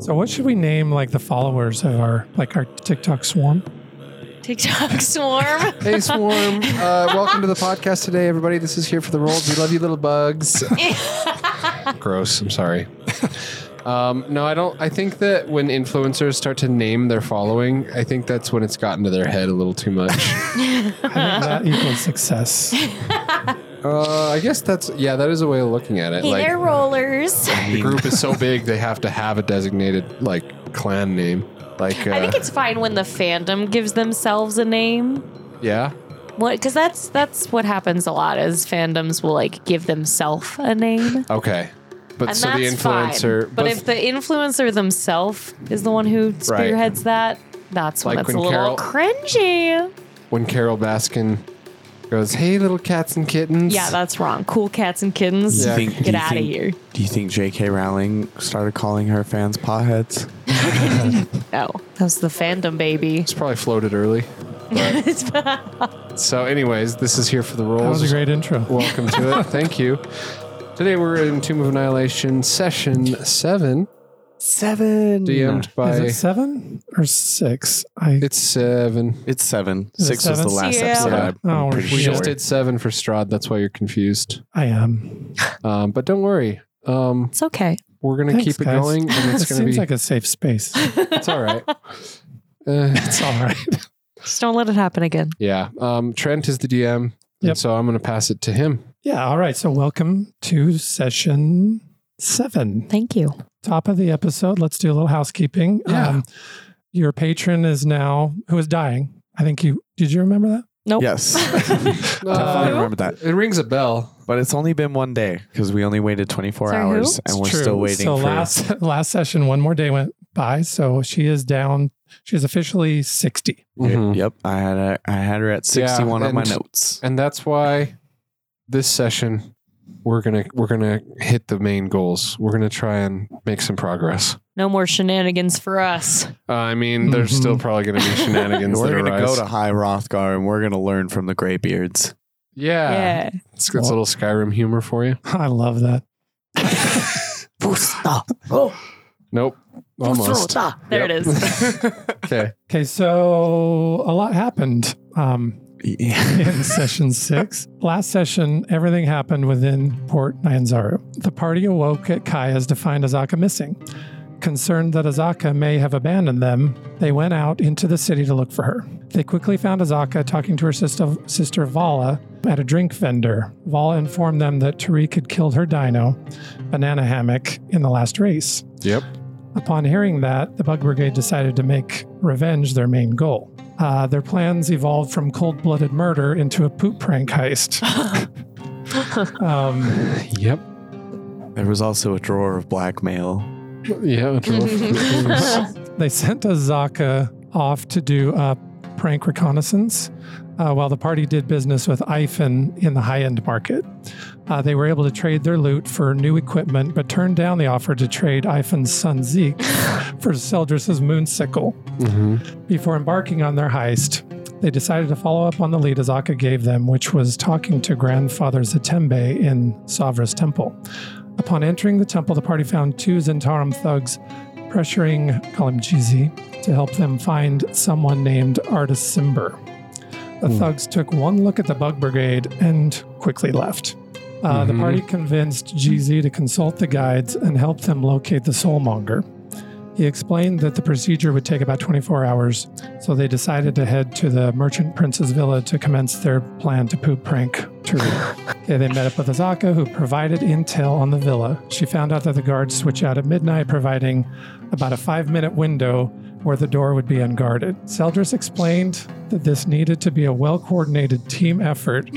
So what should we name like the followers of our like our TikTok swarm? TikTok swarm. Hey, Swarm. Uh, welcome to the podcast today, everybody. This is Here for the Rolls. We love you, little bugs. Gross. I'm sorry. Um, no, I don't. I think that when influencers start to name their following, I think that's when it's gotten to their head a little too much. I think that equals success. uh, I guess that's, yeah, that is a way of looking at it. hey there, Like, rollers. the group is so big, they have to have a designated, like, clan name. Like, uh, I think it's fine when the fandom gives themselves a name. yeah. What? Because that's that's what happens a lot is fandoms will like give themselves a name. Okay. But And so the that's influencer, fine. But, if the influencer themselves is the one who spearheads that, that's when Like it's when a little Carol- cringy. when Carol Baskin goes, "Hey, little cats and kittens." Yeah, that's wrong. Cool cats and kittens. Yeah. Think- do Get you out of think- here. Do you think J.K. Rowling started calling her fans potheads? No, that's the fandom baby. it's probably floated early. So, anyways, this is here for the That was rolls. a great intro. Welcome to it. Thank you. Today we're in Tomb of Annihilation session seven, Seven. DM'd by Is it seven or six? I it's seven. It's seven. Is it Six was seven? the last Yeah. episode. Yeah. I'm Oh, we're- pretty We Sure. just did seven for Strahd. That's why you're confused. I am. Um, but don't worry. Um, It's okay. we're gonna Thanks, keep it guys. going, and it's it gonna seems be like a safe space. it's all right. Uh, It's all right. Just don't let it happen again. yeah. Um, Trent is the DM, Yep. and so I'm gonna pass it to him. Yeah. All right. So welcome to session seven. Thank you. top of the episode, let's do a little housekeeping. Um, Yeah. your patron is now who is dying. I think you did you remember that? Nope. Uh-huh. Yes. Definitely remember that. Uh, It rings a bell. But it's only been one day because we only waited 24 Sorry, who? hours It's and we're It's true. still waiting So for last last session, one more day went by. So she is down. She is officially 60. Yep, I had a, I had her at 61 on my and- notes. And that's why this session we're gonna we're gonna hit the main goals. We're gonna try and make some progress. No more shenanigans for us. Uh, I mean, there's Mhm. still probably gonna be shenanigans We're that going to arise. go to High Rothgar and we're going to learn from the Greybeards. yeah, Yeah. It's, it's a little Skyrim humor for you. I love that. Nope, almost. There it is. okay, Okay, so a lot happened um, Yeah. in session six. Last session, everything happened within Port Nyanzaru. The party awoke at Kaya's to find Azaka missing. Concerned that Azaka may have abandoned them, they went out into the city to look for her. They quickly found Azaka talking to her sister, sister Vala at a drink vendor. Vala informed them that Tariq had killed her dino, Banana Hammock, in the last race. yep. Upon hearing that, the Bug Brigade decided to make revenge their main goal. Uh, their plans evolved from cold blooded murder into a poop prank heist. um, Yep. There was also a drawer of blackmail. Yeah. they sent Azaka off to do a prank reconnaissance uh, while the party did business with Ifen in the high end market. Uh, they were able to trade their loot for new equipment, but turned down the offer to trade Ifen's son Zeke for Seldris' moonsickle. hmm Before embarking on their heist, they decided to follow up on the lead Azaka gave them, which was talking to Grandfather Zatembe in Savra's temple. Upon entering the temple, the party found two Zentarum thugs pressuring Kalimjizi to help them find someone named Artist Simber. The thugs took one look at the Bug Brigade and quickly left. Uh, The Mhm. party convinced GZ to consult the guides and help them locate the soulmonger. He explained that the procedure would take about 24 hours, so they decided to head to the merchant prince's villa to commence their plan to poop prank Tariq. okay, they met up with Azaka, who provided intel on the villa. She found out that the guards switch out at midnight, providing about a five minute window where the door would be unguarded. Seldris explained that this needed to be a well coordinated team effort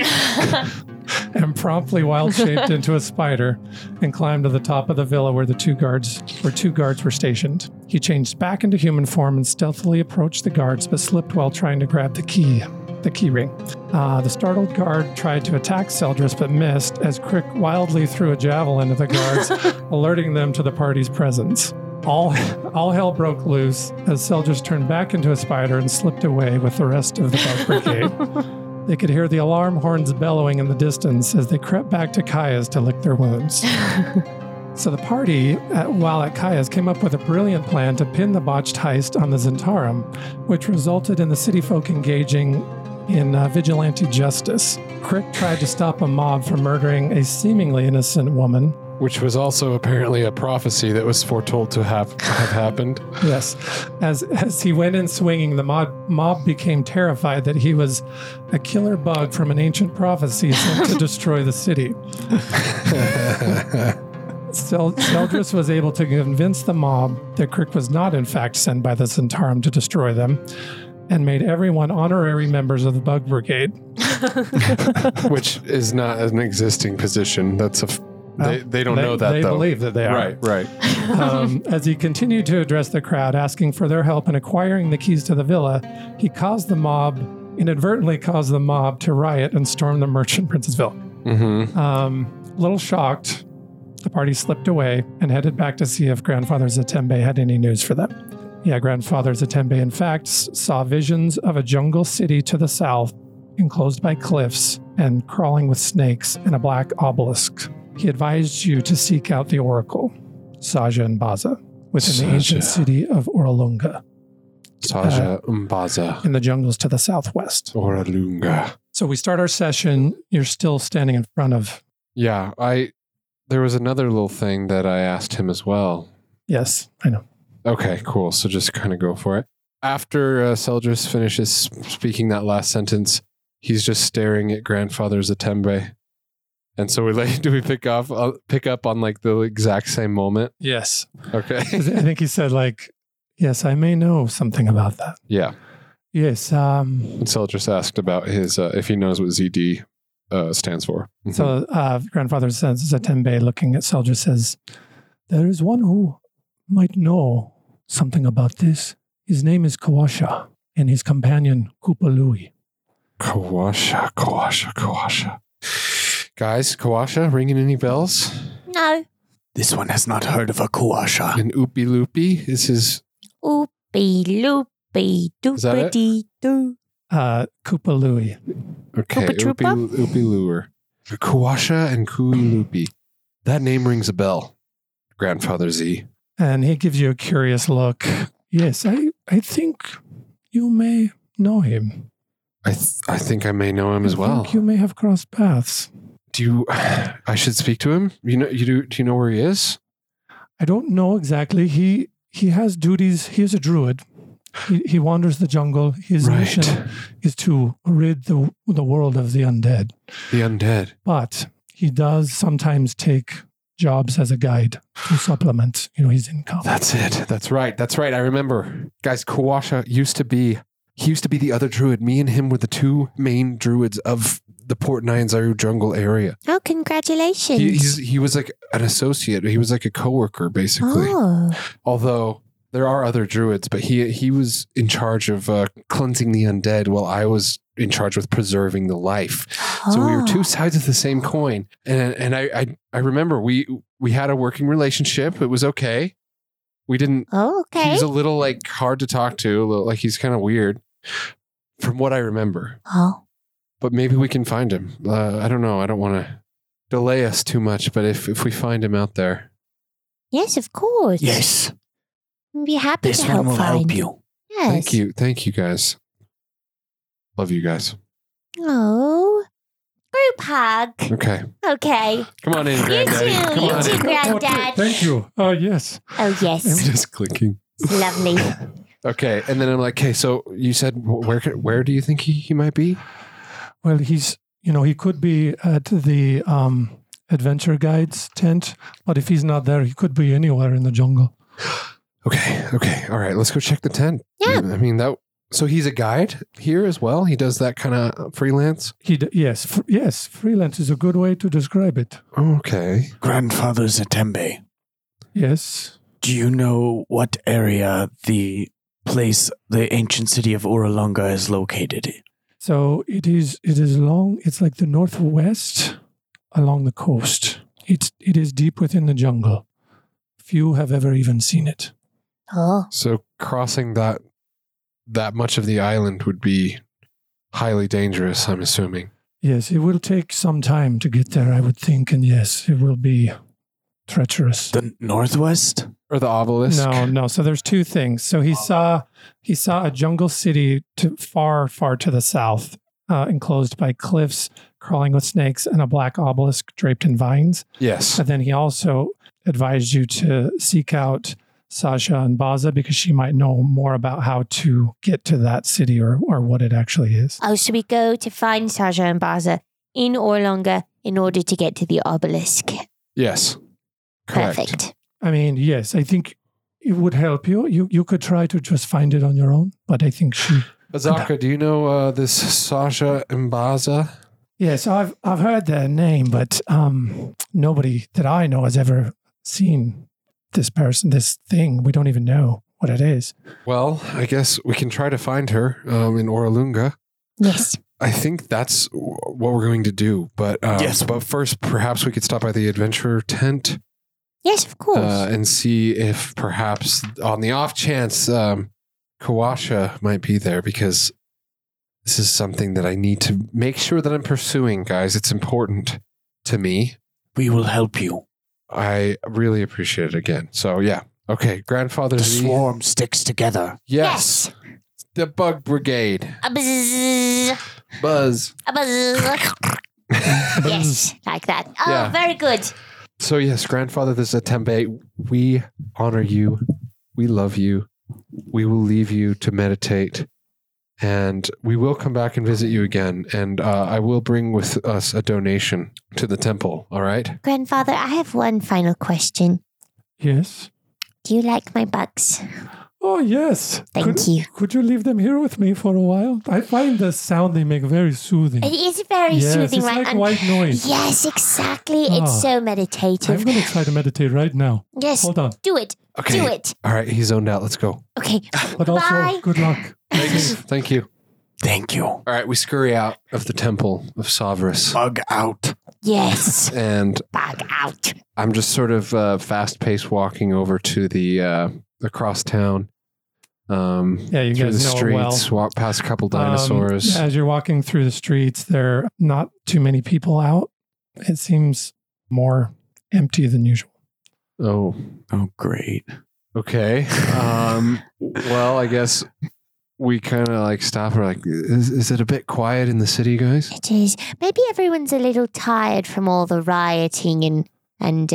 and promptly wild shaped into a spider and climbed to the top of the villa where the two guards where two guards were stationed. He changed back into human form and stealthily approached the guards, but slipped while trying to grab the key. The key ring. Uh, the startled guard tried to attack Seldris but missed as Crick wildly threw a javelin at the guards, alerting them to the party's presence. All, all hell broke loose as Seldris turned back into a spider and slipped away with the rest of the bug brigade. They could hear the alarm horns bellowing in the distance as they crept back to Kaya's to lick their wounds. So the party, at, while at Kaya's, came up with a brilliant plan to pin the botched heist on the Zentarum, which resulted in the city folk engaging in uh, vigilante justice. Crick tried to stop a mob from murdering a seemingly innocent woman. Which was also apparently a prophecy that was foretold to have, have happened. Yes, as as he went in swinging, the mob mob became terrified that he was a killer bug from an ancient prophecy sent to destroy the city. Sel- Seldris was able to convince the mob that Crick was not, in fact, sent by the Centaurum to destroy them, and made everyone honorary members of the Bug Brigade. which is not an existing position. That's a. F- they, they don't They- know that they though. believe that they are. Right, right. Um, as he continued to address the crowd, asking for their help in acquiring the keys to the villa, he caused the mob, inadvertently caused the mob to riot and storm the merchant prince's villa. Mm-hmm. Um, a little shocked, the party slipped away and headed back to see if Grandfather Zatembe had any news for them. Yeah, Grandfather Zatembe, in fact, s- saw visions of a jungle city to the south, enclosed by cliffs and crawling with snakes and a black obelisk. He advised you to seek out the oracle, Saja and Baza, within the ancient Saja. city of Orolunga Taja Umbaza in the jungles to the southwest. Oralunga. So we start our session. You're still standing in front of, Yeah, I. There was another little thing that I asked him as well. yes, I know. Okay, cool. So just kind of go for it. After uh, Seldris finishes speaking that last sentence, he's just staring at grandfather's Atembe. And so we like, do we pick off uh, pick up on like the exact same moment? Yes. Okay. 'Cause I think he said like, "Yes, I may know something about that." yeah. Yes. Um, And Seldris asked about his uh, if he knows what ZD uh, stands for. Mhm. so uh, grandfather says Zatembe, looking at soldier, says, "There is one who might know something about this. His name is Kawasha, and his companion Kupalui. Kawasha, Kawasha, Kawasha. Guys, Kawasha, ringing any bells? No. This one has not heard of a Kuasha. And Oopy Loopy is his. Oopy loopy Is that it? doopity doo. Uh, Kupalui. Okay, Oopa Oopy, Troopa? Oopy Lure. Kawasha and Kui Loopy. That name rings a bell, Grandfather Z. And he gives you a curious look. Yes, I, I think you may know him. I, th- I think I may know him as I well. think you may have crossed paths. Do you? I should speak to him. You know, you do. Do you know where he is? I don't know exactly. He he has duties. He is a druid. He, he wanders the jungle. His mission is to rid the the world of the undead. the undead. But he does sometimes take jobs as a guide to supplement, you know, his income. That's it. That's right. That's right. I remember. Guys, Kawasha used to be he used to be the other druid. Me and him were the two main druids of the Port Nyanzaru jungle area. Oh, congratulations. He, he's, he was like an associate. He was like a coworker basically. oh. Although there are other druids, but he he was in charge of uh, cleansing the undead while I was in charge with preserving the life. So we were Ah. two sides of the same coin, and and I I, I remember we we had a working relationship. It was okay. We didn't. Oh, okay. He's a little like hard to talk to. a little- Like he's kind of weird, from what I remember. oh. But maybe we can find him. Uh, I don't know. I don't want to delay us too much. But if if we find him out there, Yes, of course. Yes, We'd be happy this to one help will find. help you. Yes. thank you, thank you guys. Love you guys. Oh. Group hug. Okay, Okay. come on in, Granddaddy. too, Come you on too, in. Grandad. Thank you. Oh, yes. Oh, yes. Just clicking. It's lovely. Okay, and then I'm like, okay, so you said wh- where could- where do you think he, he might be? Well, he's, you know, he could be at the um, adventure guide's tent, but if he's not there, he could be anywhere in the jungle. Okay, okay, all right, let's go check the tent. Yeah. I mean that. So he's a guide here as well. He does that kind of freelance. He d- yes, fr- yes, freelance is a good way to describe it. Okay. Grandfather Zatembe, Yes. do you know what area the place, the ancient city of Uralunga is located in? So it is it is long it's like the northwest along the coast. It's it is deep within the jungle. Few have ever even seen it. Oh. So crossing that that much of the island would be highly dangerous. I'm assuming. Yes, it will take some time to get there, I would think, and yes, it will be treacherous. The northwest? or the obelisk. No, no. So there's two things. So he saw he saw a jungle city to far, far to the south, uh, enclosed by cliffs, crawling with snakes, and a black obelisk draped in vines. Yes. And then he also advised you to seek out Sasha and Baza because she might know more about how to get to that city or or what it actually is. Oh, so we go to find Saja and Baza in Orlonga in order to get to the obelisk. Yes. Correct. Perfect. I mean, yes, I think it would help you. You you could try to just find it on your own, but I think she Azaka, do you know uh, this Sasha Mbaza? Yes, I've I've heard their name, but um, nobody that I know has ever seen this person, this thing. We don't even know what it is. Well, I guess we can try to find her um, in Oralunga. Yes. I think that's w- what we're going to do. But um, Yes. But first, perhaps we could stop by the adventure tent Yes, of course. uh, and see if perhaps, on the off chance, um, Kawasha might be there because this is something that I need to make sure that I'm pursuing, guys. It's important to me. We will help you. I really appreciate it again. So yeah. Okay, grandfather The Z. swarm sticks together. Yes. The bug brigade. A buzz, Buzz. a buzz. yes, like that. Oh, Yeah. very good. So yes, grandfather, this is a tembe. We honor you. We love you. We will leave you to meditate. And we will come back and visit you again. And uh, I will bring with us a donation to the temple. All right. Grandfather, I have one final question. Yes. Do you like my bugs? Oh yes. Thank could, you. Could you leave them here with me for a while? I find the sound they make very soothing. It is very yes, soothing, it's right? like And- white noise. Yes, exactly. Ah. It's so I'm meditative. gonna try to meditate right now. Yes, Hold on. do it. Okay. Do it. All right. He's zoned out. Let's go. Okay. But also, Bye. good luck. Thanks. Thank you. Thank you. All right. We scurry out of the temple of Sovris. Bug out. Yes. And Bug out. I'm just sort of uh, fast paced walking over to the uh, across town. Um, Yeah, you through the guys know it well. streets, walk past a couple Um, dinosaurs. as you're walking through the streets, there are not too many people out. It seems more empty than usual. Oh, Oh, great. okay. Um, well, I guess we kind of like stop. We're like, is, is it a bit quiet in the city, guys? It is. Maybe everyone's a little tired from all the rioting and and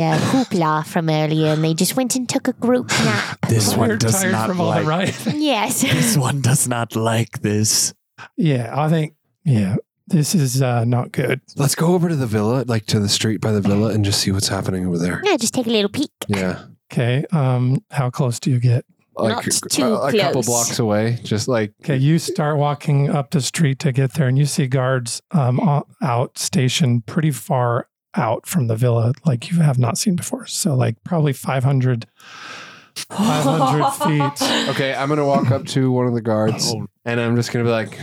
uh, hoopla from earlier, and they just went and took a group nap. This We're one does tired not from all like. the riot. yes. This one does not like this. Yeah, I think yeah, this is uh, not good. Let's go over to the villa, like to the street by the villa, and just see what's happening over there. Yeah, just take a little peek. Yeah, Okay, um, how close do you get? like uh, Not too a, a couple close. blocks away. Just like Okay, you start walking up the street to get there, and you see guards um, o- out stationed pretty far out from the villa, like you have not seen before. So, like probably 500, 500 feet. okay, I'm gonna walk up to one of the guards, and I'm just gonna be like,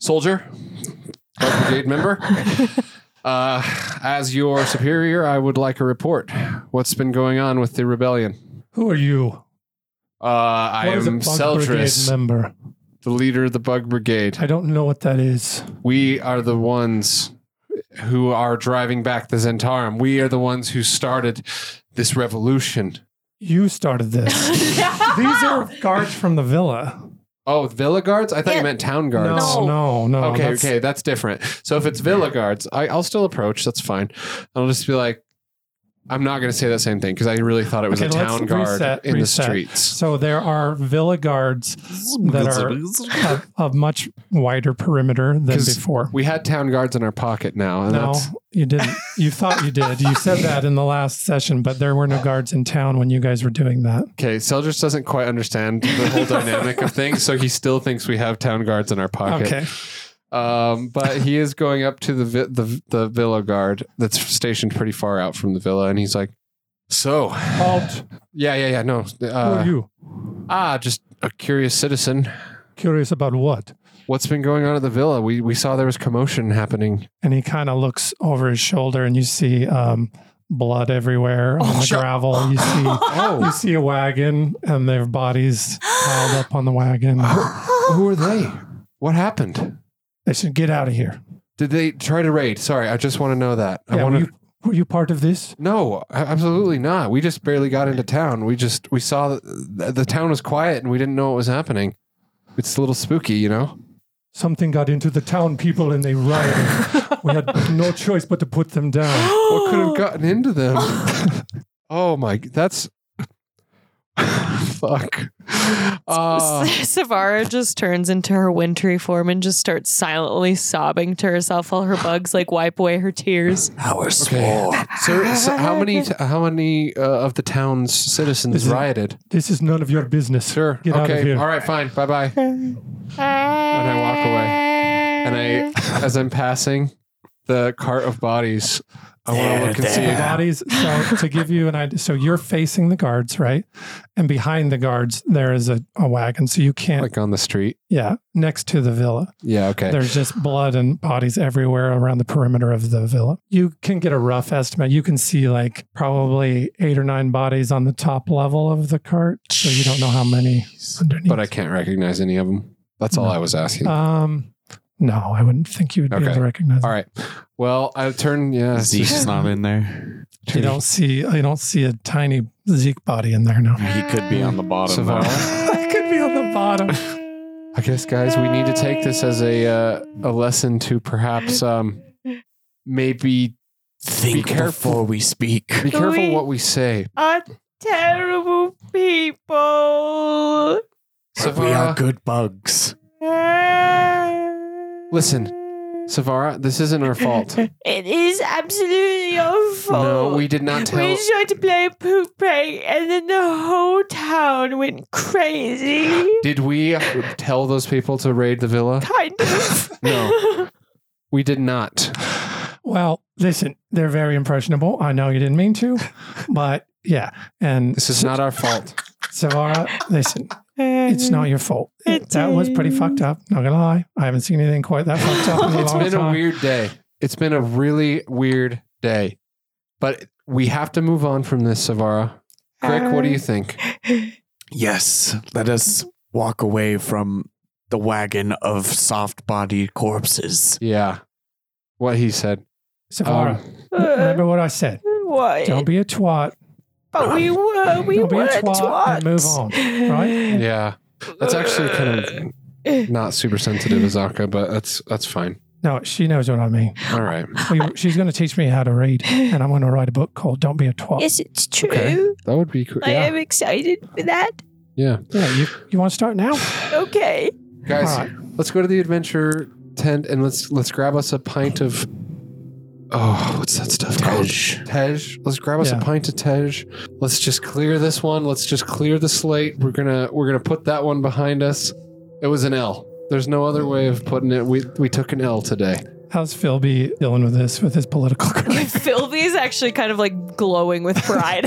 "Soldier, Guard brigade member, uh, as your superior, I would like a report. What's been going on with the rebellion? Who are you? Uh, I What is a am Bug Brigade Seldris, member. the leader of the Bug Brigade. I don't know what that is. We are the ones who are driving back the Zentarum. We are the ones who started this revolution. You started this. These are guards from the villa. Oh, villa guards? I thought Yeah. you meant town guards. No, no, no. Oh, okay, that's- okay, that's different. So if it's Villa guards, I, I'll still approach. That's fine. I'll just be like, I'm not going to say that same thing because I really thought it was Okay, a let's town guard reset, in reset. the streets. So there are villa guards Oh, that are of, of much wider perimeter than 'Cause before. We had town guards in our pocket now, and No, Oh, that's you didn't. You thought you did. You said that in the last session, but there were no guards in town when you guys were doing that. okay. Seldris doesn't quite understand the whole dynamic of things, so he still thinks we have town guards in our pocket. Okay. Um, but he is going up to the, vi- the the Villa guard that's stationed pretty far out from the villa, and he's like, "So, Halt. yeah, yeah, yeah, no, Who uh, are you? ah, just a curious citizen." Curious about what? what's been going on at the villa? We we saw there was commotion happening. And he kind of looks over his shoulder, and you see um, blood everywhere on the gravel. You see. You Oh, see a wagon and their bodies piled up on the wagon. who are they? What happened? They should get out of here. Did they try to raid? Sorry, I just want to know that. I Yeah, want we, to. Were you part of this? No, a- absolutely not. We just barely got into town. We just we saw that th- the town was quiet and we didn't know what was happening. It's a little spooky, you know. Something got into the town people and they rioted. we had no choice but to put them down. What could have gotten into them? oh my, that's fuck. Uh, Savara just turns into her wintry form and just starts silently sobbing to herself while her bugs like wipe away her tears. Our okay. swore. So, so how many t- how many uh, of the town's citizens Is it- rioted? This is none of your business. Sure. Get okay. out of here. All right. Fine. Bye bye. And I walk away. And I, as I'm passing the cart of bodies, I want to There, look and see. The there. it. bodies. So to give you an idea, so you're facing the guards, right? And behind the guards, there is a, a wagon. So you can't, Like on the street. yeah, next to the villa. Yeah. Okay. There's just blood and bodies everywhere around the perimeter of the villa. You can get a rough estimate. You can see like probably eight or nine bodies on the top level of the cart. So you don't know how many underneath. But I can't recognize any of them. That's all No. I was asking. Um, no, I wouldn't think you would be able Okay. to recognize. all right. Well, I turn. Yeah. Zeke's not in there. You don't see. You don't see a tiny Zeke body in there. No, He could be on the bottom. though. Savara. it could be on the bottom. I guess, guys, we need to take this as a uh, a lesson to perhaps um maybe Think careful. before we speak. be careful we- what we say. Are terrible people. But we are Savara, good bugs. listen, Savara, this isn't our fault. It is absolutely your no, we did not tell. tried to play poop break, and then the whole town went crazy. Did we tell those people to raid the villa? Kind of. No. We did not. Well, listen, they're very impressionable. I know you didn't mean to, but yeah. And This is not our fault. Savara, listen, it's not your fault. that was pretty fucked up. Not gonna lie, I haven't seen anything quite that fucked up in a It's long been time. a weird day. It's been a really weird day. But we have to move on from this, Savara. Crick, what do Um, you think? Yes, let us walk away from the wagon of soft-bodied corpses. Yeah. What he said. Um, Savara, remember what I said. What? Don't be a twat. But we were, we Don't be were a twat and move on. Right? Yeah. That's actually kind of not super sensitive, Azaka, but that's that's fine. No, she knows what I mean. All right. We, she's going to teach me how to read, and I'm going to write a book called "Don't Be a Twat." Yes, it's true. Okay. That would be cool. I Yeah. am excited for that. Yeah. Yeah, you, you want to start now? Okay. Guys, All right. let's go to the adventure tent and let's let's grab us a pint of Oh, what's that stuff called? Tej. Tej. Let's grab us Yeah. a pint of Tej. Let's just clear this one. Let's just clear the slate. We're gonna we're gonna put that one behind us. It was an L. There's no other way of putting it. We we took an L today. How's Philby dealing with this with his political career? Philby is actually kind of like glowing with pride.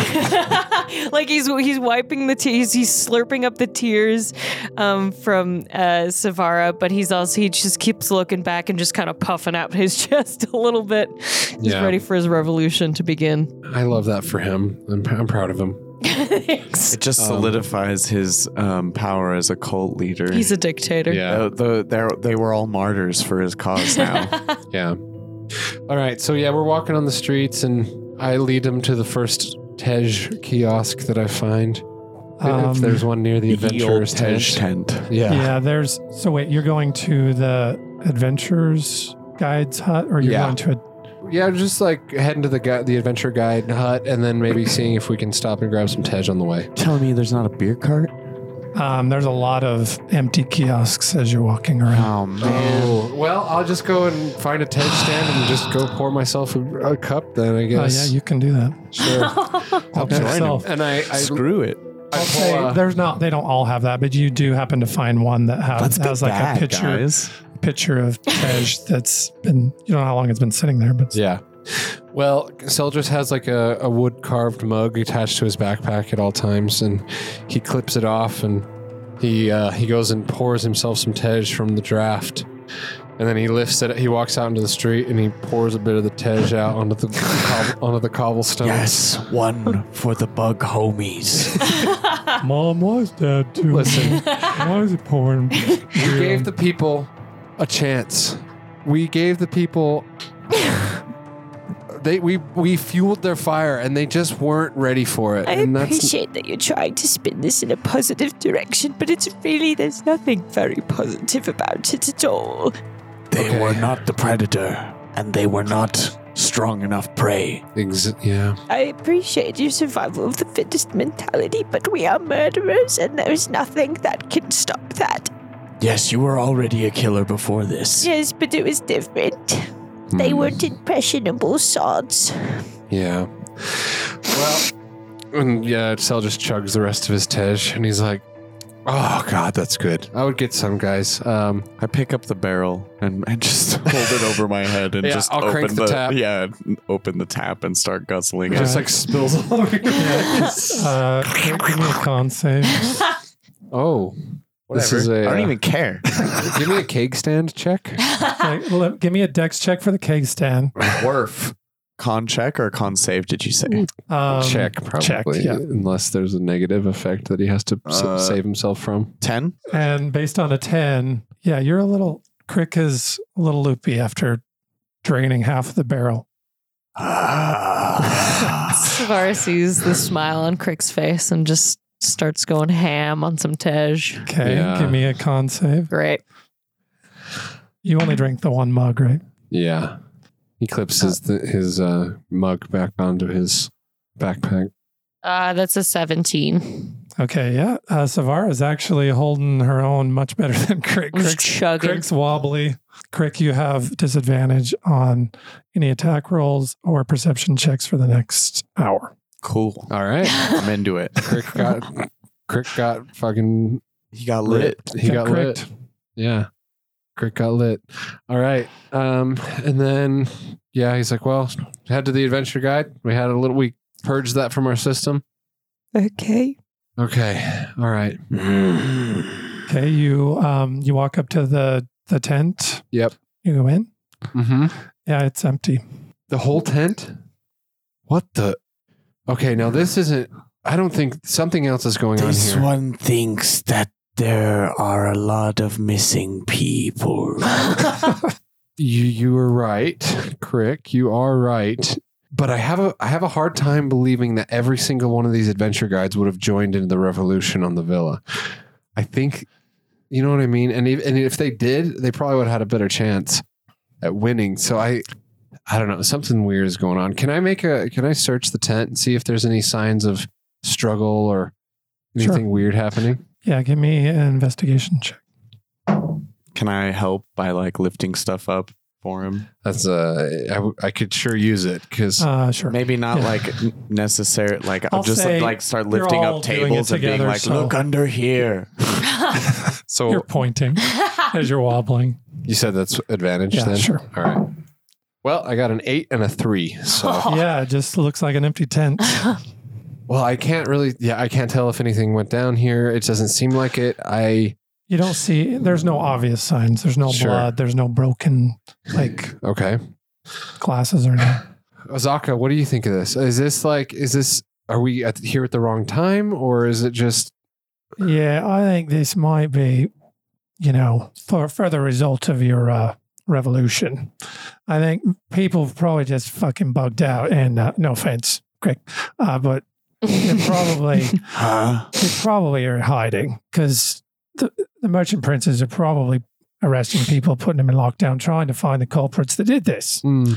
like he's he's wiping the tears, he's slurping up the tears um, from uh, Savara, but he's also he just keeps looking back and just kind of puffing out his chest a little bit. He's Yeah. ready for his revolution to begin. I love that for him. I'm, pr- I'm proud of him. Thanks. It just solidifies his um, power as a cult leader. He's a dictator. Uh, the, they're, they were all martyrs for his cause now. Yeah. All right. So yeah, we're walking on the streets, and I lead him to the first Tej kiosk that I find. if Um, there's one near the the old adventurers Tej tent. tent. Yeah. Yeah, there's. So wait, you're going to the adventures guide's hut, or you're Yeah. going to a? Yeah, just like heading to the gu- the adventure guide hut, and then maybe seeing if we can stop and grab some Tej on the way. Telling me there's not a beer cart? Um, there's a lot of empty kiosks as you're walking around. Um, Oh, man. well, I'll just go and find a Tej stand and just go pour myself a, a cup. Then I Oh yeah, guess. you can do that. sure. Help yourself. and Oh, I, I, Screw it. I I'll pull, say uh, there's not. They don't all have that, but you do happen to find one that have, Let's has get like back, a picture guys. picture of Tej that's been. You don't know how long it's been sitting there, but Yeah. Well, Seldris has like a, a wood carved mug attached to his backpack at all times, and he clips it off and he uh, he goes and pours himself some Tej from the draft. And then he lifts it. He walks out into the street and he pours a bit of the Tej out onto the cob- onto the cobblestones. Yes, one for the bug homies. mom was dead too. Listen, why is it pouring? we gave the people a chance. We gave the people They we we fueled their fire and they just weren't ready for it. I and appreciate that you're trying to spin this in a positive direction, but it's really, there's nothing very positive about it at all. They Okay. were not the predator, and they were not strong enough prey. Ex- yeah. I appreciate your survival of the fittest mentality, but we are murderers, and there's nothing that can stop that. Yes, you were already a killer before this. Yes, but it was different. They Hmm. weren't impressionable sods. Yeah. Well, and yeah, Sel just chugs the rest of his tej, and he's like, "Oh God, that's good. I would get some guys. Um, I pick up the barrel and I just hold it over my head and Yeah, just I'll open crank the tap. yeah, open the tap and start guzzling just it. like spills all over. your- Uh, give me a con save. oh, this Whatever. is a. I don't uh, even care. give me a cake stand check. Like, let- give me a dex check for the keg stand. Worf. Con check or con save? Did you Mm. say? Um, check probably, check, yeah. unless there's a negative effect that he has to s- Uh, save himself from. Ten. And based on a 10, yeah, you're a little, Crick is a little loopy after draining half of the barrel. Savara sees the smile on Crick's face and just starts going ham on some Tej. Okay. Yeah. Give me a con save. Great. You only drank the one mug, right? Yeah. He clips his th- his uh, mug back onto his backpack. Uh, that's a 17. Okay. Yeah. Uh, Savara's actually holding her own much better than Crick. I'm just Crick's, chugging. Crick's wobbly. Crick, you have disadvantage on any attack rolls or perception checks for the next hour. cool. All right. I'm into it. Crick got Crick got fucking He got lit. lit. He got, Got lit. Yeah. Crick got lit. All right. Um, and then yeah, he's like, Well, head to the adventure guide. We had a little we purged that from our system. Okay. Okay. All right. Mm. Okay. You um you walk up to the the tent. Yep. You go in. Mm-hmm. Yeah, it's empty. The whole tent? What the Okay, now this isn't I don't think something else is going This on here. one thinks that there are a lot of missing people. You you were right, Crick. You are right. But I have a I have a hard time believing that every single one of these adventure guides would have joined in the revolution on the villa. I think you know what I mean? And if, and if they did, they probably would have had a better chance at winning. So I I don't know, something weird is going on. Can I make a can I search the tent and see if there's any signs of struggle or Sure. anything weird happening? Yeah, give me an investigation check. Can I help by like lifting stuff up for him? That's uh I w- I could sure use it cuz Uh, sure. Maybe not Yeah. like necessary. Like I'll I'll just say like start you're lifting all up doing it tables and being together, like, so- "Look under here." so You're pointing as you're wobbling. you said that's advantage Yeah, then. sure. All right. Well, I got an eight and a three. So, Yeah, it just looks like an empty tent. well, I can't really, yeah, I can't tell if anything went down here. It doesn't seem like it. I, You don't see. There's no obvious signs. There's no Sure. blood. There's no broken like okay. glasses or anything. Ozaka, what do you think of this? Is this like, is this, are we at, here at the wrong time or is it just, Yeah, I think this might be, you know, for further result of your uh, revolution. I think people probably just fucking bugged out. And uh, no offense, Greg, uh, but it probably. huh? they probably are hiding because the, the merchant princes are probably arresting people, putting them in lockdown, trying to find the culprits that did this. hmm,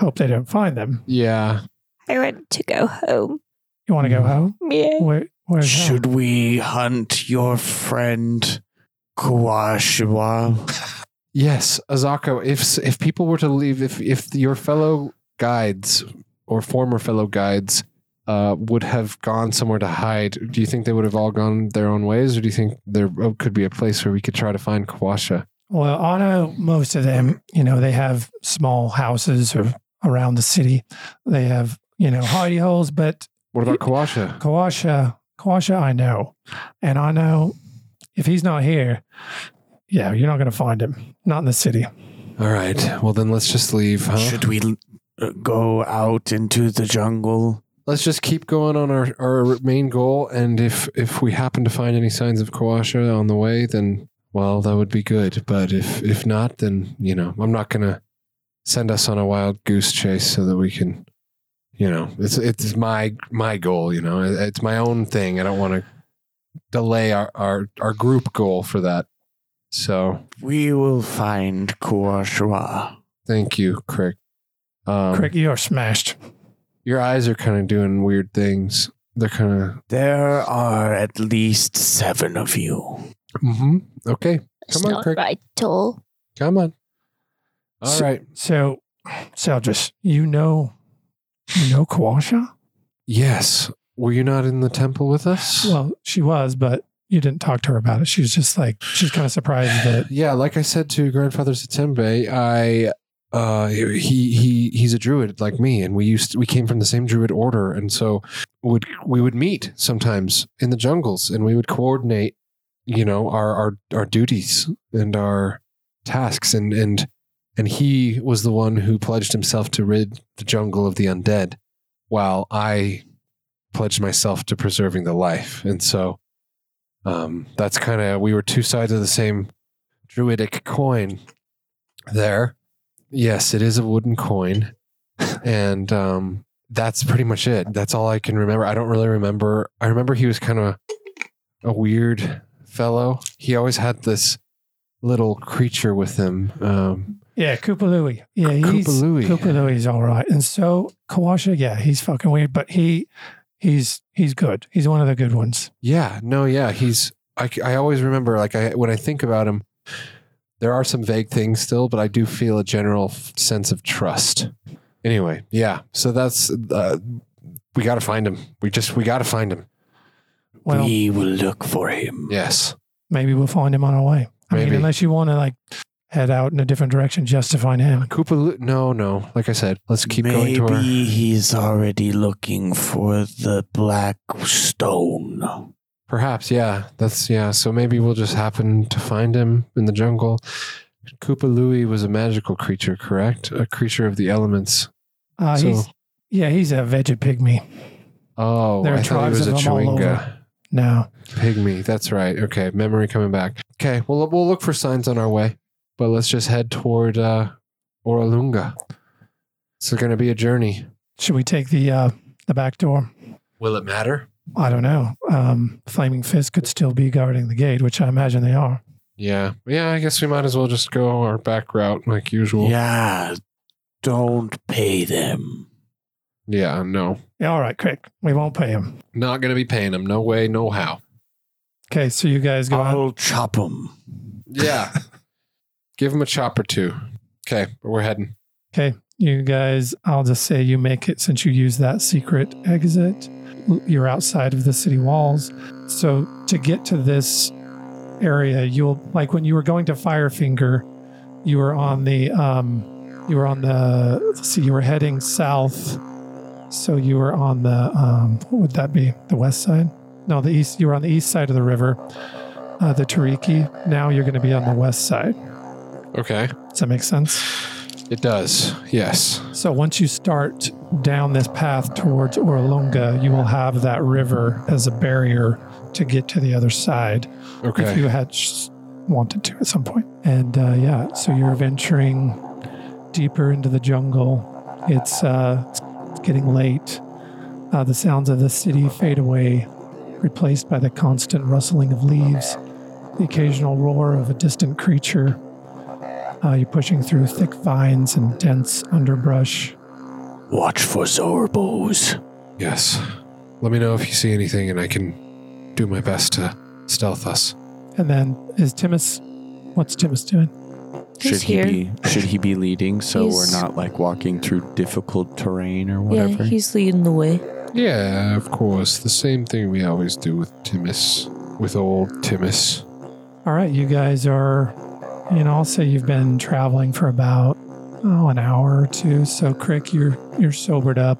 Hope they don't find them. yeah. I want to go home. You want to go home? Yeah. Where, where's home? Should we hunt your friend Kuashua? Yes, Azako. If s- if people were to leave, if if your fellow guides or former fellow guides uh, would have gone somewhere to hide, do you think they would have all gone their own ways, or do you think there uh, could be a place where we could try to find Kawasha? Well, I know most of them, you know, they have small houses or around the city. They have, you know, hidey holes, but What about Kawasha? Kawasha, Kawasha, I know. And I know if he's not here, yeah, you're not going to find him. Not in the city. All right. Well, then let's just leave, huh? Should we l- uh, go out into the jungle? let's just keep going on our, our main goal, and if if we happen to find any signs of Kawasha on the way, then well, that would be good. But if if not, then you know, I'm not gonna send us on a wild goose chase so that we can, you know, it's it's my my goal. You know, It- it's my own thing. I don't want to delay our, our our group goal for that. So We will find Kuashua. thank you, Crick. Um, Craig, you are smashed. your eyes are kind of doing weird things. They're kind of There are at least seven of you. mm-hmm. okay. It's Come on, not Kirk. right at all. Come on. All right. So- So, Seldris, you know, you know Kawasha? Yes. Were you not in the temple with us? Well, she was, but you didn't talk to her about it. She was just like, she's kind of surprised that yeah, like I said to grandfather Satembe, I uh he he he's a druid like me and we used we came from the same druid order and so would we would meet sometimes in the jungles and we would coordinate you know our our our duties and our tasks and and and he was the one who pledged himself to rid the jungle of the undead while I pledged myself to preserving the life and so um that's kind of we were two sides of the same druidic coin there. Yes, it is a wooden coin. And um, that's pretty much it. That's all I can remember. I don't really remember. I remember he was kind of a weird fellow. He always had this little creature with him. Um, Yeah, Koopa Louie. Yeah, he's Koopa Louie. Koopa Louie's all right. And so Kawasha, yeah, he's fucking weird, but he he's he's good. He's one of the good ones. yeah, no, yeah. He's, I, c- I always remember, like, I when I think about him, there are some vague things still, but I do feel a general f- sense of trust. Anyway, yeah. So that's, uh, we got to find him. We just, we got to find him. Well, we will look for him. Yes. maybe we'll find him on our way. I mean, Maybe. unless you want to like head out in a different direction just to find him. Koopa, no, no. Like I said, let's keep going Maybe to our. he's already looking for the black stone. Perhaps, yeah. That's, yeah. So maybe we'll just happen to find him in the jungle. Koopa Louie was a magical creature, correct? A creature of the elements. Uh, So- he's yeah, he's a veggie pygmy. Oh, There are I thought he tribes was a of them all Chewinga. over. No. Pygmy. That's right. Okay. Memory coming back. Okay. Well, we'll look for signs on our way, but let's just head toward uh, Oralunga. It's going to be a journey. Should we take the uh the back door? Will it matter? I don't know. Um Flaming Fist could still be guarding the gate, which I imagine they are. Yeah. Yeah. I guess we might as well just go our back route like usual. Yeah, don't pay them. Yeah, no. Yeah, all right, quick. We won't pay him. Not going to be paying him. No way, no how. Okay, so you guys go Oh, out. I'll chop him. Yeah. Give him a chop or two. Okay, we're heading. Okay, you guys, I'll just say you make it since you use that secret exit. You're outside of the city walls. So to get to this area, you'll like when you were going to Firefinger, you were on the um you were on the let's see, you were heading south. So you were on the um what would that be? The west side? No, the east you were on the east side of the river. Uh, the Tariki. Now you're gonna be on the west side. Okay. Does that make sense? It does. Yes. So once you start down this path towards Orlunga, you will have that river as a barrier to get to the other side if Okay. you had s- wanted to at some point. And uh, yeah, so you're venturing deeper into the jungle. It's, uh, it's getting late. Uh, the sounds of the city fade away, replaced by the constant rustling of leaves, the occasional roar of a distant creature. Uh, you're pushing through thick vines and dense underbrush. Watch for Zorbos. Yes. Let me know if you see anything and I can do my best to stealth us. And then is Timus, what's Timus doing? He's should he here. be should he be leading so He's- we're not like walking through difficult terrain or Yeah, whatever? he's leading the way. Yeah, of course. The same thing we always do with Timus, with old Timus. All right, you guys are, you know, I'll say you've been traveling for about oh an hour or two. So, Crick, you're you're sobered up.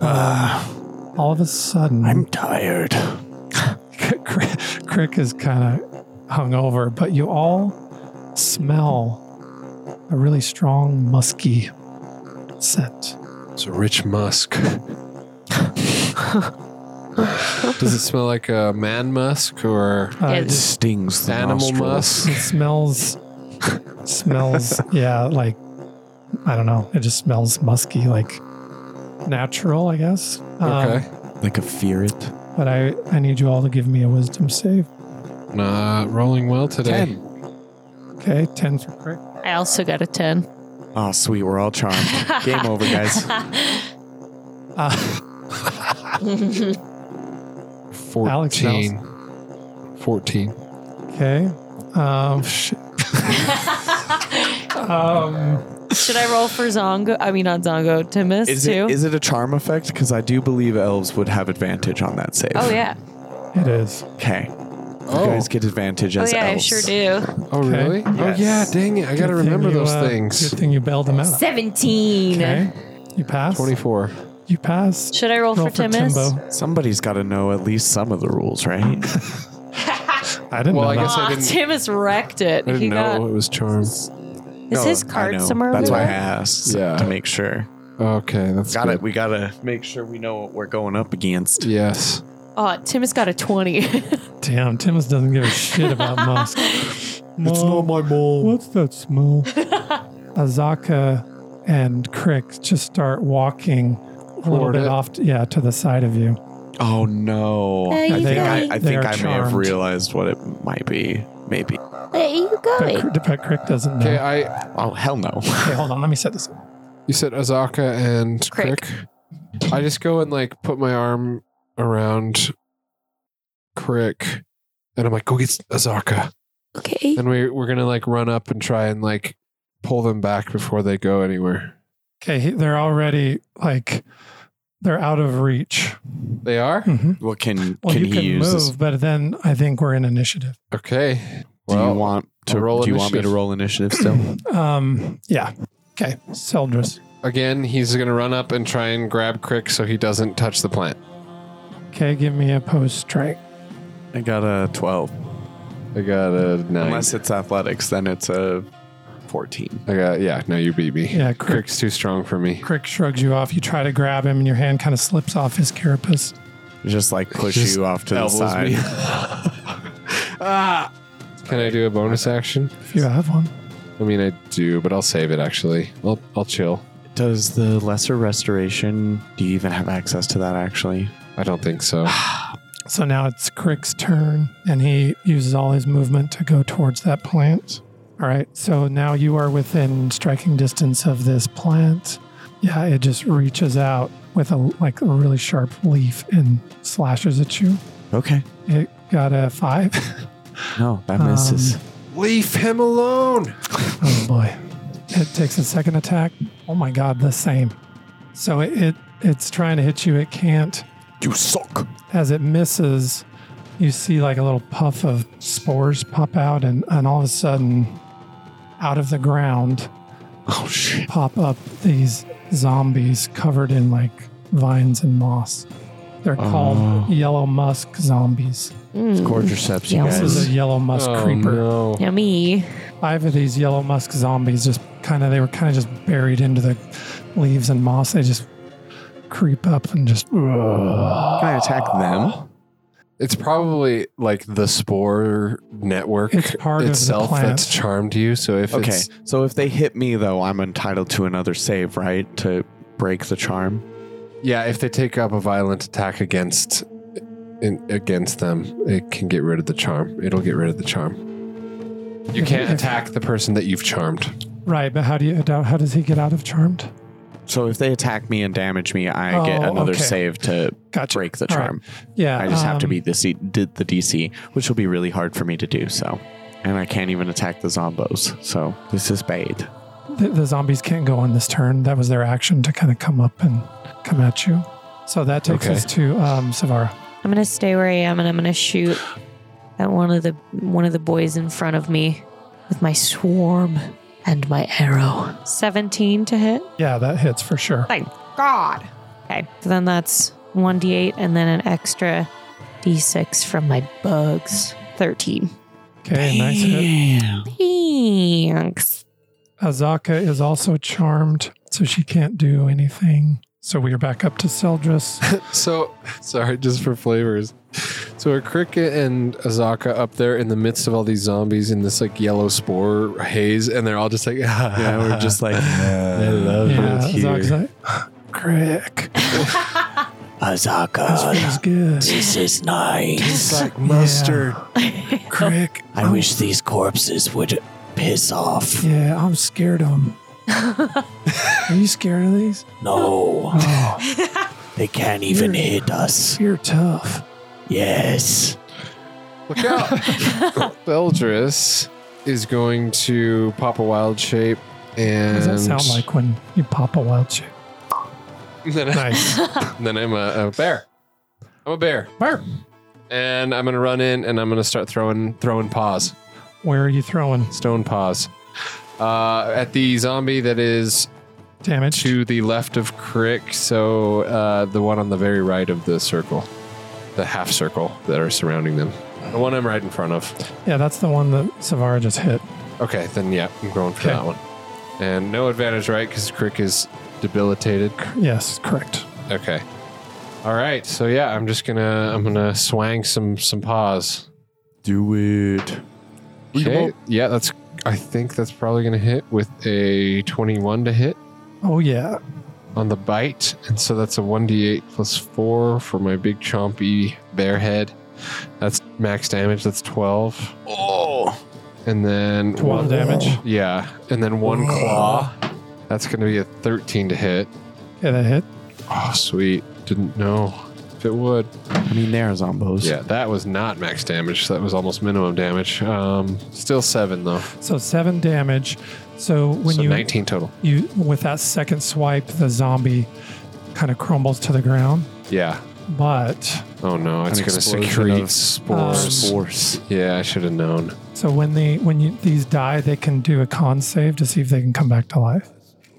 Uh, All of a sudden, I'm tired. Crick, Crick is kind of hungover, but you all smell a really strong musky scent. It's a rich musk. Does it smell like a man musk or Uh, Yeah, it It just- stings the animal nostrils. musk? it smells, smells, yeah, like I don't know. It just smells musky, like natural, I guess. Um, Okay. Like a fear it. But I, I need you all to give me a wisdom save. Not rolling well today. Okay, 10 for crit. I also got a 10. Ah, Oh, sweet. We're all charmed. Game over, guys. Uh, Alex 14. 14. okay. Um, shit. um, Should I roll for Zongo? I mean, not Zongo, to miss Is too? it, is it a charm effect? Because I do believe elves would have advantage on that save. oh, yeah. it is. Okay. Oh. You guys get advantage Oh, as yeah, I elves. sure do. Oh, Okay. really? Oh, Yes. yeah. Dang it. I got to Good thing remember you, those uh, things. Good thing you bailed them out. 17. Okay. You pass. 24. You pass. Should I roll, Roll for, Timus? Timbo. Somebody's got to know at least some of the rules, right? I didn't Well, know I that. guess I Aw, didn't, Timus wrecked it. I he didn't know it got. was charm. Is No, his I card know. somewhere? That's over why I there? asked Yeah. to make sure. Okay. That's Got good. it. We got to make sure we know what we're going up against. Yes. Oh, Timus got a 20. Damn, Timus doesn't give a shit about Musk. Mom, my mole. What's that smell? Azaka and Crick just start walking a little Toward bit it. off, yeah, to the side of you. Oh, no. Hey, I think I, guys. I, They think are I may have charmed. realized what it might be. Maybe. Where are you But, going? Cr- but Crick doesn't know. Okay. Okay, I. Oh, hell no. hold on, let me set this up. You said Azaka and Crick. Crick. I just go and like put my arm around Crick, and I'm like, "Go get Azaka." Okay. And we we're gonna like run up and try and like pull them back before they go anywhere. Okay, he- they're already like they're out of reach. They are Mhm. Well, can Well, can you he can use move, this? but then I think we're in initiative. okay. Do Well, you want to I'll roll Do you want me to initiative. roll initiative still? Um, yeah. Okay, Seldris. again? He's gonna run up and try and grab Crick so he doesn't touch the plant. Okay, give me a post strike. I got a 12. I got a nine. Unless it's athletics, then it's a 14. I got yeah. No, you beat me. Yeah, Crick- Crick's too strong for me. Crick shrugs you off. You try to grab him, and your hand kind of slips off his carapace. Just like push Just you off to the elbows side. me. Can I do a bonus action? If you have one, I mean, I do, but I'll save it. Actually, I'll I'll chill. Does the lesser restoration, do you even have access to that actually? I don't think so. so now it's Crick's turn, and he uses all his movement to go towards that plant. All right, so now you are within striking distance of this plant. Yeah, it just reaches out with a like a really sharp leaf and slashes at you. Okay. It got a five. No, that misses. Um, Leave him alone. Oh boy. It takes a second attack. Oh my god, the same. So it, it it's trying to hit you, it can't. you suck. As it misses, you see like a little puff of spores pop out and, and all of a sudden out of the ground Oh shit. pop up these zombies covered in like vines and moss. They're called Oh. yellow musk zombies. Mm, Cordyceps, you Yeah. This is guys. a yellow musk Oh, creeper. no. Yummy. five of these yellow musk zombies just kind of they were kind of just buried into the leaves and moss they just creep up and just Can I attack them? It's probably like the spore network It's part of the itself plant. that's charmed you. So if Okay. it's So if they hit me though, I'm entitled to another save, right? To break the charm. yeah, if they take up a violent attack against in, against them, it can get rid of the charm. It'll get rid of the charm. You can't attack the person that you've charmed. right but how do you how does he get out of charmed So if they attack me and damage me, I get Oh, another okay. save to Gotcha. break the All right. charm. yeah I just have to um, beat the, C- did the DC, which will be really hard for me to do. So, and I can't even attack the zombos. So this is bad. the, the zombies can't go on this turn that was their action to kind of come up and come at you so that takes Okay. us to um, Savara. I'm gonna stay where I am and I'm gonna shoot at one of the one of the boys in front of me with my swarm and my arrow. 17 to hit. Yeah, that hits for sure. Thank God. Okay. So then that's 1d8 and then an extra d6 from my bugs. 13. Okay, nice hit. Thanks. Azaka is also charmed, so she can't do anything. So we are back up to Seldris. So, sorry, just for flavors. So, are Cricket and Azaka up there in the midst of all these zombies in this like yellow spore haze, and they're all just like, Yeah, we're just like, I love yeah, it here. Zog's like, Crick, Azaka, that's good. this is nice. like mustard. Crick, I wish these corpses would piss off. yeah, I'm scared of them. are you scared of these? No, Oh, they can't even hit us. you're tough. Yes. Look out! Beldris is going to pop a wild shape, and What does that sound like when you pop a wild chick? then, I, Nice. then I'm a, a bear. I'm a bear, Where? and I'm gonna run in, and I'm gonna start throwing throwing paws, Where are you throwing stone paws, uh, at the zombie that is damage? to the left of Crick, so uh, the one on the very right of the circle, the half circle that are surrounding them, the one I'm right in front of. Yeah, that's the one that Savara just hit. Okay, then yeah, I'm going Okay. for that one. And no advantage, right? Because Crick is debilitated. Yes, correct. Okay. All right. So yeah, I'm just gonna I'm gonna swang some some paws. Do it. Okay. Yeah, that's. I think that's probably gonna hit with a 21 to hit Oh yeah, on the bite, and so that's a 1d8 plus four for my big chompy bear head. That's max damage. That's 12. Oh. And then twelve damage. Yeah, and then one claw. That's gonna be a 13 to hit. Yeah, that hit. Oh, sweet. Didn't know if it would. I mean, there are zombos. Yeah, that was not max damage. That was almost minimum damage. Um, still seven though. So seven damage. So when so you 19 total. you with that second swipe, the zombie kind of crumbles to the ground. Yeah. But Oh no, it's An gonna explosion secrete of- spores. Force. yeah, I should have known. so when they when you, these die, they can do a con save to see if they can come back to life.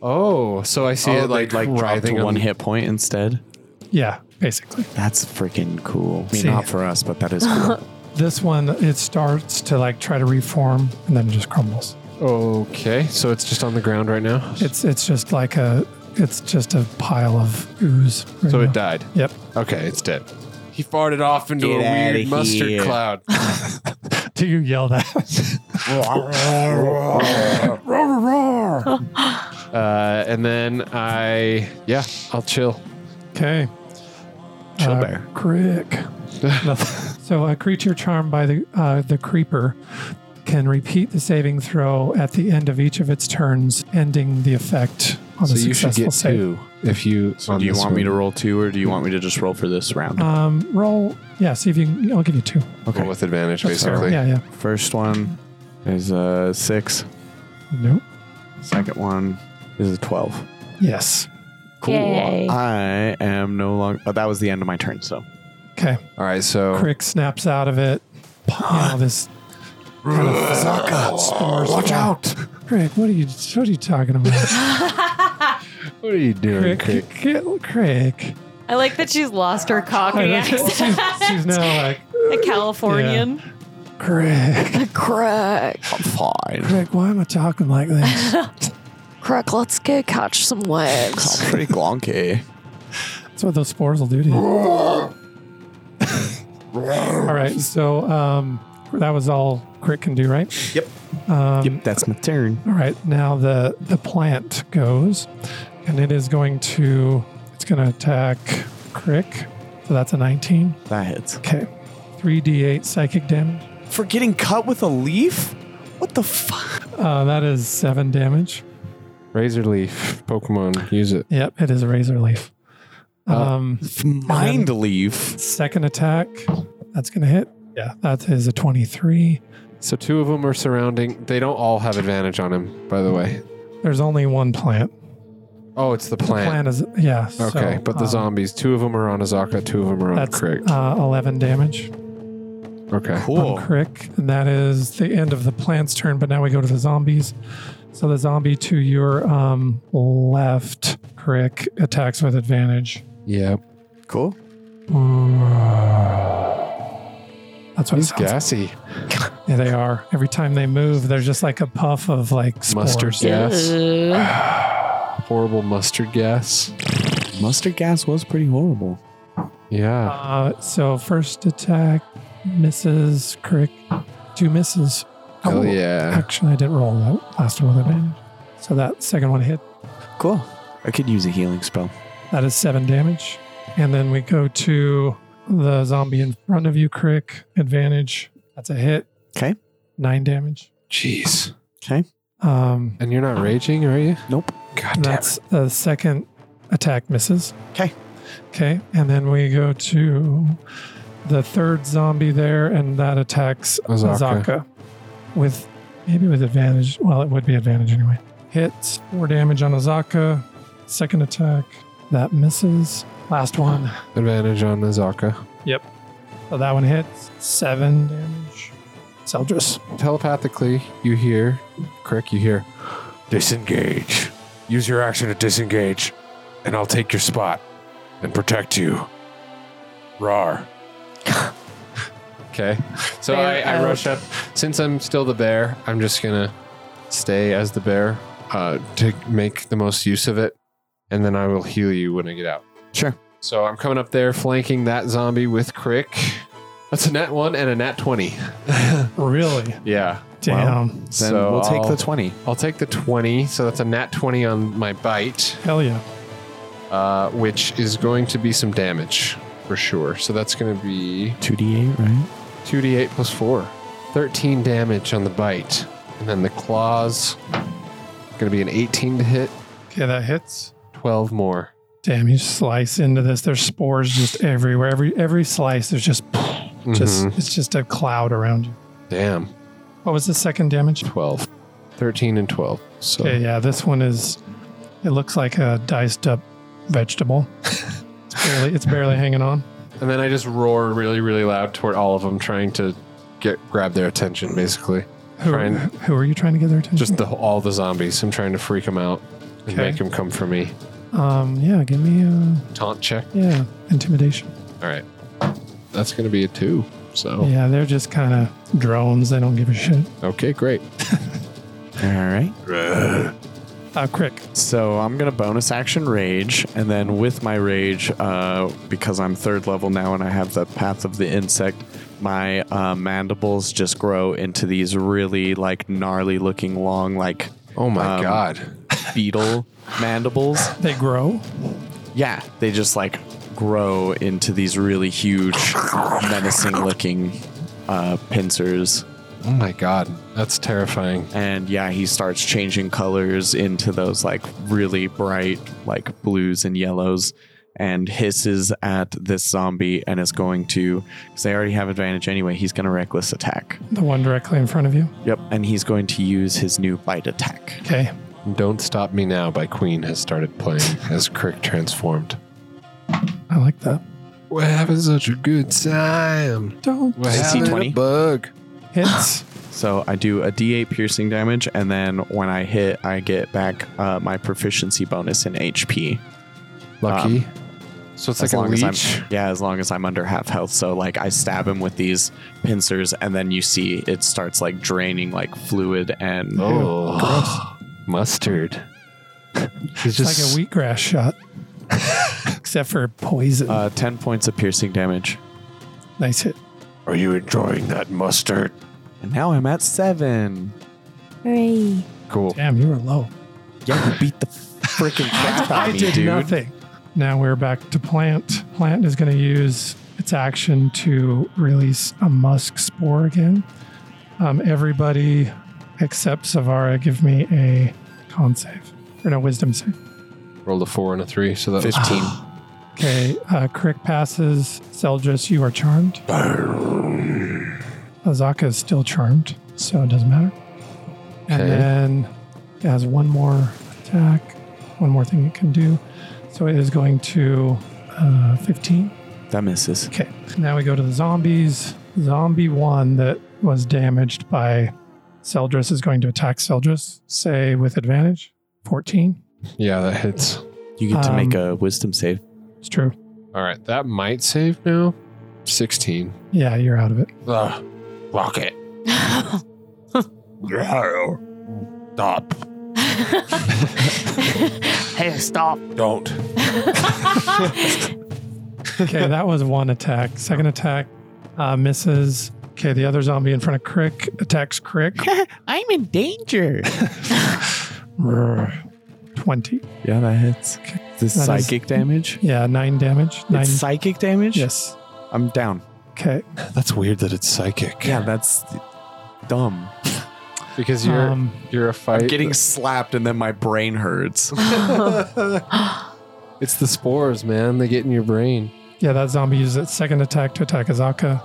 Oh, so I see Oh, it like like drop writhing to one on- hit point instead. Yeah, basically. That's freaking cool. I mean, See. not for us, but that is cool. This one it starts to like try to reform and then just crumbles. Okay, so it's just on the ground right now. It's it's just like a it's just a pile of ooze. right so now. it died. Yep. Okay, it's dead. He farted off into Get a outta weird mustard here. cloud. Do you yell that? Uh, and then I, yeah, I'll chill. okay. Chill Uh, bear. Crick. so a creature charmed by the uh, the creeper can repeat the saving throw at the end of each of its turns, ending the effect on the so you should successful get save. two if you. So do you want me to roll two, or do you want me to just roll for this round? Um, roll. Yeah, see if you. can, I'll give you two. roll with advantage, Yeah, basically? yeah. First one is a six. Nope. Second one is a twelve. Yes. Cool. Yay. I am no longer. Oh, that was the end of my turn. So Okay. All right, so Crick snaps out of it. You know, this Azaka, watch out. Crick, what are you? What are you talking about? what are you doing, Crick, Crick, Crick. I like that she's lost her cockney I know, she's- accent. She's now like, A Californian. Craig, Crack, fine. Craig, why am I talking like this? crack, let's go catch some waves. Pretty glonky. That's what those spores will do to you. all right, so um, that was all Crit can do, right? yep, that's my turn. All right, now the the plant goes, and it is going to it's going to attack Crick. So that's a 19. That hits. Okay, 3d8 psychic damage. For getting cut with a leaf? What the fuck? Uh, that is seven damage. Razor Leaf Pokemon, use it. Yep, it is a razor leaf. Um, Mind leaf. second attack, that's going to hit. Yeah, that is a 23. So two of them are surrounding. They don't all have advantage on him, by the way. There's only one plant. Oh, it's the plant. Plant is yeah. okay, so, but the um, zombies. Two of them are on Azaka. Two of them are on That's Crick. uh, eleven damage okay. on Crick, and that is the end of the plant's turn. But now we go to the zombies. So the zombie to your um, left, Crick attacks with advantage. Yeah. Cool. That's what it He's sounds. like. gassy. Yeah, they are. Every time they move, there's just like a puff of like spores. Mustard gas. Ugh. Horrible mustard gas. Mustard gas was pretty horrible. Yeah. Uh, so first attack misses, crick, two misses. Oh yeah. Actually, I didn't roll that last one with advantage. So that second one hit. Cool. I could use a healing spell. That is seven damage. And then we go to the zombie in front of you, crick, advantage. That's a hit. 'Kay. Nine damage. Jeez. Um, And you're not raging, are you? Nope. God and damn. that's the second attack misses. 'Kay. Okay. And then we go to the third zombie there, and that attacks Azaka. Azaka with maybe with advantage. Well, it would be advantage anyway. Hits four damage on Azaka. Second attack that misses. Last one. Advantage on Azaka. So that one hits seven damage. Seldris. Telepathically, you hear, Crick, you hear, disengage. Use your action to disengage, and I'll take your spot and protect you. Rar. okay. So I, I rush up. Since I'm still the bear, I'm just going to stay as the bear uh, to make the most use of it, and then I will heal you when I get out. Sure. So I'm coming up there, flanking that zombie with Crick. That's a nat 1 and a nat 20. Really? Yeah. Damn. Then we'll take the 20. I'll take the 20. So that's a nat 20 on my bite, Hell yeah. uh, which is going to be some damage for sure. So that's going to be 2d8, right? 2d8 plus 4. 13 damage on the bite. And then the claws, going to be an 18 to hit, Okay, that hits. 12 more. Damn, you slice into this. There's spores just everywhere. Every every slice, there's just Mm-hmm. just it's just a cloud around you. Damn, What was the second damage? 12. 13 and 12. So Okay, yeah, this one is. It looks like a diced up vegetable. it's barely it's barely hanging on. And then I just roar really, really loud toward all of them, trying to get grab their attention, basically. Who, Trying- who are you trying to get their attention? Just the, all the zombies. I'm trying to freak them out and Okay. make them come for me. um, yeah, give me a Taunt check. yeah intimidation. All right. That's going to be a two. So, Yeah, they're just kind of drones. They don't give a shit. okay, great. All right. Uh, Crick, So I'm gonna bonus action rage, and then with my rage, uh, because I'm third level now and I have the path of the insect, my uh, mandibles just grow into these really like gnarly looking long like Oh my Um, God. beetle mandibles. they grow. Yeah, they just like grow into these really huge, menacing looking uh, pincers. Oh my God. That's terrifying. and yeah he starts changing colors into those like really bright like blues and yellows and hisses at this zombie and is going to because they already have advantage anyway he's going to reckless attack The one directly in front of you. yep and he's going to use his new bite attack Okay, Don't Stop Me Now by Queen has started playing as Crick transformed. I like that. We're having such a good time. Don't We're Is he having 20? a bug. hits. so i do a d8 piercing damage and then when i hit i get back uh, my proficiency bonus in hp Lucky. Um, so it's like a leech. as I'm yeah, as long as I'm under half health. So like I stab him with these pincers, and then you see it starts like draining like fluid and Oh, mustard. It's He's just like a wheatgrass shot, except for poison. uh, ten points of piercing damage. nice hit. Are you enjoying that mustard? And now I'm at seven. Hooray. Cool. Damn, you were low. Yeah, you beat the freaking crap out I of me, did dude. nothing. Now we're back to plant. Plant is going to use its action to release a musk spore again. Um, everybody except Savara, give me a con save or no wisdom save. Rolled a four and a three, so that was Fifteen. Okay, uh, Crick passes. Seldris, you are charmed. Azaka is still charmed, so it doesn't matter. And Okay. then it has one more attack, one more thing it can do. So it is going to uh, 15. That misses. Okay, now we go to the zombies. Zombie one that was damaged by Seldris is going to attack Seldris, say with advantage. 14. Yeah, that hits. You get to Um, make a wisdom save. It's true. All right, that might save now. 16. Yeah, you're out of it. Ugh, rocket. Stop. hey, stop. Don't. Okay, that was one attack. Second attack uh, misses. Okay, the other zombie in front of Crick attacks Crick. I'm in danger. Brr. 20. Yeah, that hits. This That is- psychic damage. Yeah, nine damage. Nine. It's psychic damage. yes. I'm down. Okay. That's weird that it's psychic. Yeah, that's dumb. Because you're Um, you're a fight. I'm getting slapped and then my brain hurts. it's the spores, man. They get in your brain. yeah, that zombie uses its second attack to attack Azaka.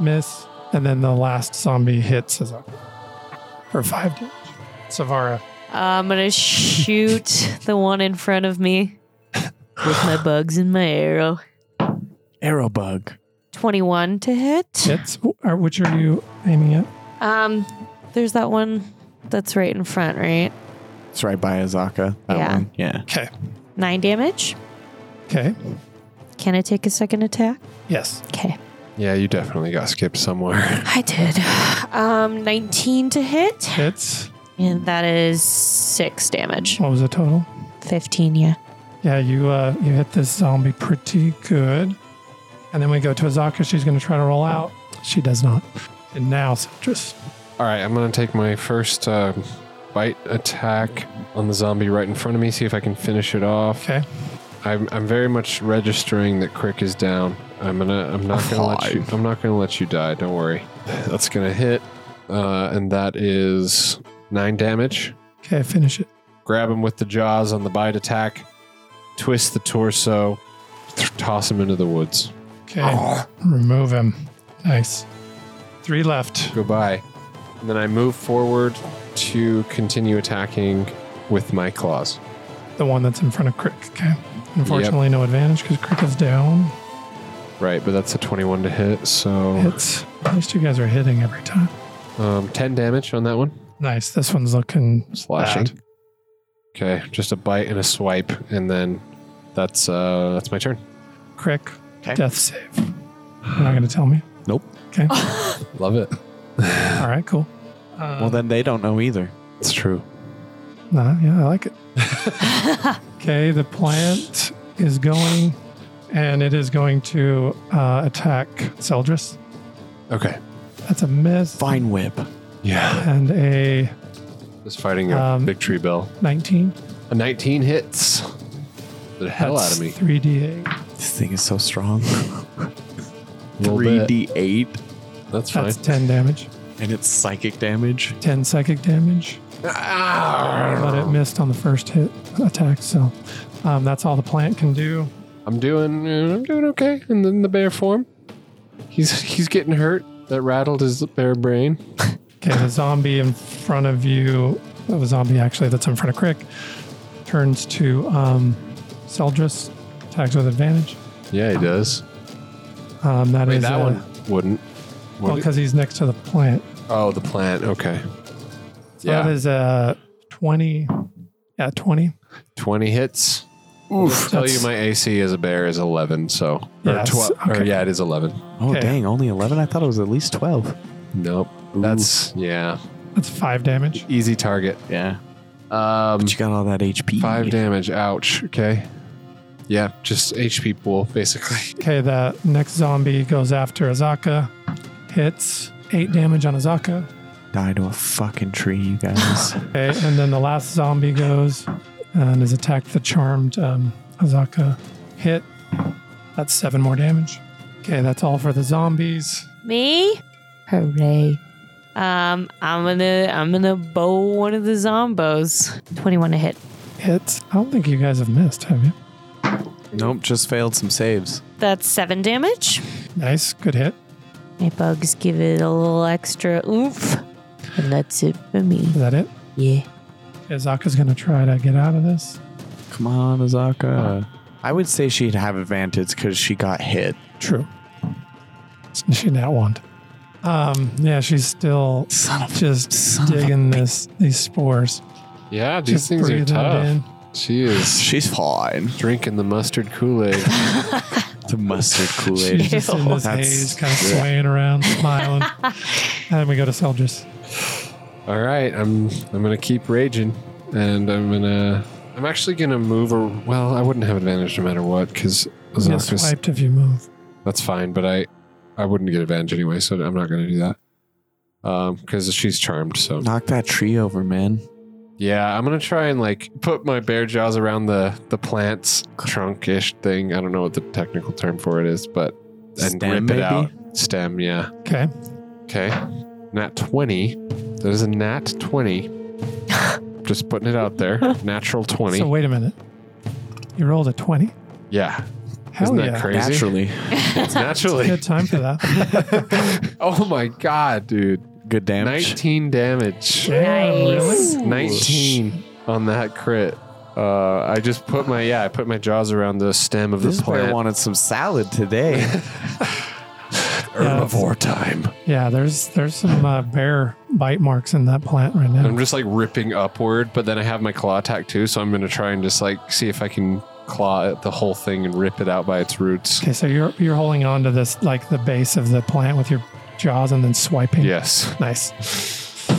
Miss. And then the last zombie hits Azaka for five damage. Savara. I'm gonna shoot the one in front of me with my bugs and my arrow. Arrow bug. 21 to hit. Hits. Or Which are you aiming at? Um, there's that one that's right in front, right? it's right by Azaka. That Yeah. one. Yeah. Okay. Nine damage. Okay. Can I take a second attack? Yes. Okay. Yeah, you definitely got skipped somewhere. I did. Um, 19 to hit. Hits. And that is six damage. What was the total? 15, yeah. Yeah, you uh, you hit this zombie pretty good. And then we go to Azaka. She's going to try to roll out. She does not. And now, Citrus. All right, I'm gonna take my first uh, bite attack on the zombie right in front of me. See if I can finish it off. Okay. I'm, I'm very much registering that Crick is down. I'm gonna I'm not gonna let you I'm not gonna let you die. Don't worry. That's gonna hit, uh, and that is nine damage. Okay, finish it. Grab him with the jaws on the bite attack, twist the torso, th- toss him into the woods. Okay. Remove him. Nice. Three left. Goodbye. And then I move forward to continue attacking with my claws. The one that's in front of Crick. Okay. Unfortunately, no advantage because Crick is down. Right, but that's a 21 to hit, so Hits. At least you guys are hitting every time. um, 10 damage on that one. Nice. This one's looking slashing. bad. Okay, just a bite and a swipe, and then that's uh that's my turn. Crick, death save. You're not going to tell me? Nope. Okay. Love it. All right, cool. Uh, Well, then they don't know either. It's true. Nah, yeah, I like it. okay, the plant is going, and it is going to uh, attack Seldris. Okay. That's a miss, Vine whip. Yeah. and a Just fighting a Um, big tree bell. 19. A 19 hits the hell out of me. 3d8. This thing is so strong. Little Three bit. D eight, That's fine. That's 10 damage. and it's psychic damage. 10 psychic damage, but it missed on the first hit attack. So um, that's all the plant can do. I'm doing I'm doing okay. And then the bear form. He's he's getting hurt. That rattled his bear brain. Okay, the zombie in front of you, well, the zombie actually that's in front of Crick, turns to um, Seldris, attacks with advantage. Yeah, he does. Um, that Wait, is that a- one wouldn't. Well, would it? because he's next to the plant. oh, the plant. Okay. So that is a 20. Yeah, 20. 20 hits. Oof. tell you That's- my AC as a bear is 11, so. Or, Yes, 12, or okay. yeah, it is 11. Oh Okay. dang, only eleven. I thought it was at least twelve. Nope. That's, yeah. That's five damage. Easy target. Yeah, Um, but you got all that HP. five damage. Ouch. Okay. Yeah, just HP pool, basically. Okay, the next zombie goes after Azaka, hits eight damage on Azaka. Die to a fucking tree, you guys. Okay, and then the last zombie goes and is attacked the charmed um, Azaka. Hit. That's seven more damage. Okay, that's all for the zombies. Me? Hooray. Um, I'm gonna I'm gonna bow one of the zombos. 21 to hit. Hits. I don't think you guys have missed, have you? nope, just failed some saves. That's seven damage. Nice. Good hit. My bugs give it a little extra oomph. And that's it for me. Is that it? Yeah. Azaka's going to try to get out of this. Come on, Azaka. I would say she'd have advantage because she got hit. True. She not want. Um, yeah, she's still Son of just son of a digging this these spores. Yeah, these just things are breathe that tough. in. She is She's fine. drinking the mustard Kool Aid. The mustard Kool She's Aid. just in this That's- haze, kind of swaying around, smiling. and then we go to Seldris. All right, I'm I'm gonna keep raging. and I'm gonna. I'm actually gonna move. Or well, I wouldn't have advantage no matter what because Get swiped if you move. that's fine. But I, I wouldn't get advantage anyway, so I'm not gonna do that. Um, because she's charmed. So Knock that tree over, man. yeah, I'm gonna try and like put my bear jaws around the the plant's trunk ish thing. I don't know what the technical term for it is, but and Stem, rip maybe? it out. Stem, yeah. Okay. Okay. Nat 20. That is a nat 20. Just putting it out there. Natural 20. So wait a minute. You rolled a 20? yeah. Hell Isn't that yeah. crazy? Naturally. It's naturally. Good time for that. oh my god, dude. Good damage. 19 damage. Damn, Nice. really? 19 on that crit. Uh, I just put my yeah, I put my jaws around the stem of This the player plant. wanted some salad today. Herbivore time. Yeah, there's there's some uh, bear bite marks in that plant right now. I'm just like ripping upward, but then I have my claw attack too, so I'm gonna try and just like see if I can claw at the whole thing and rip it out by its roots. Okay, so you're you're holding on to this like the base of the plant with your jaws and then swiping. Yes. Nice.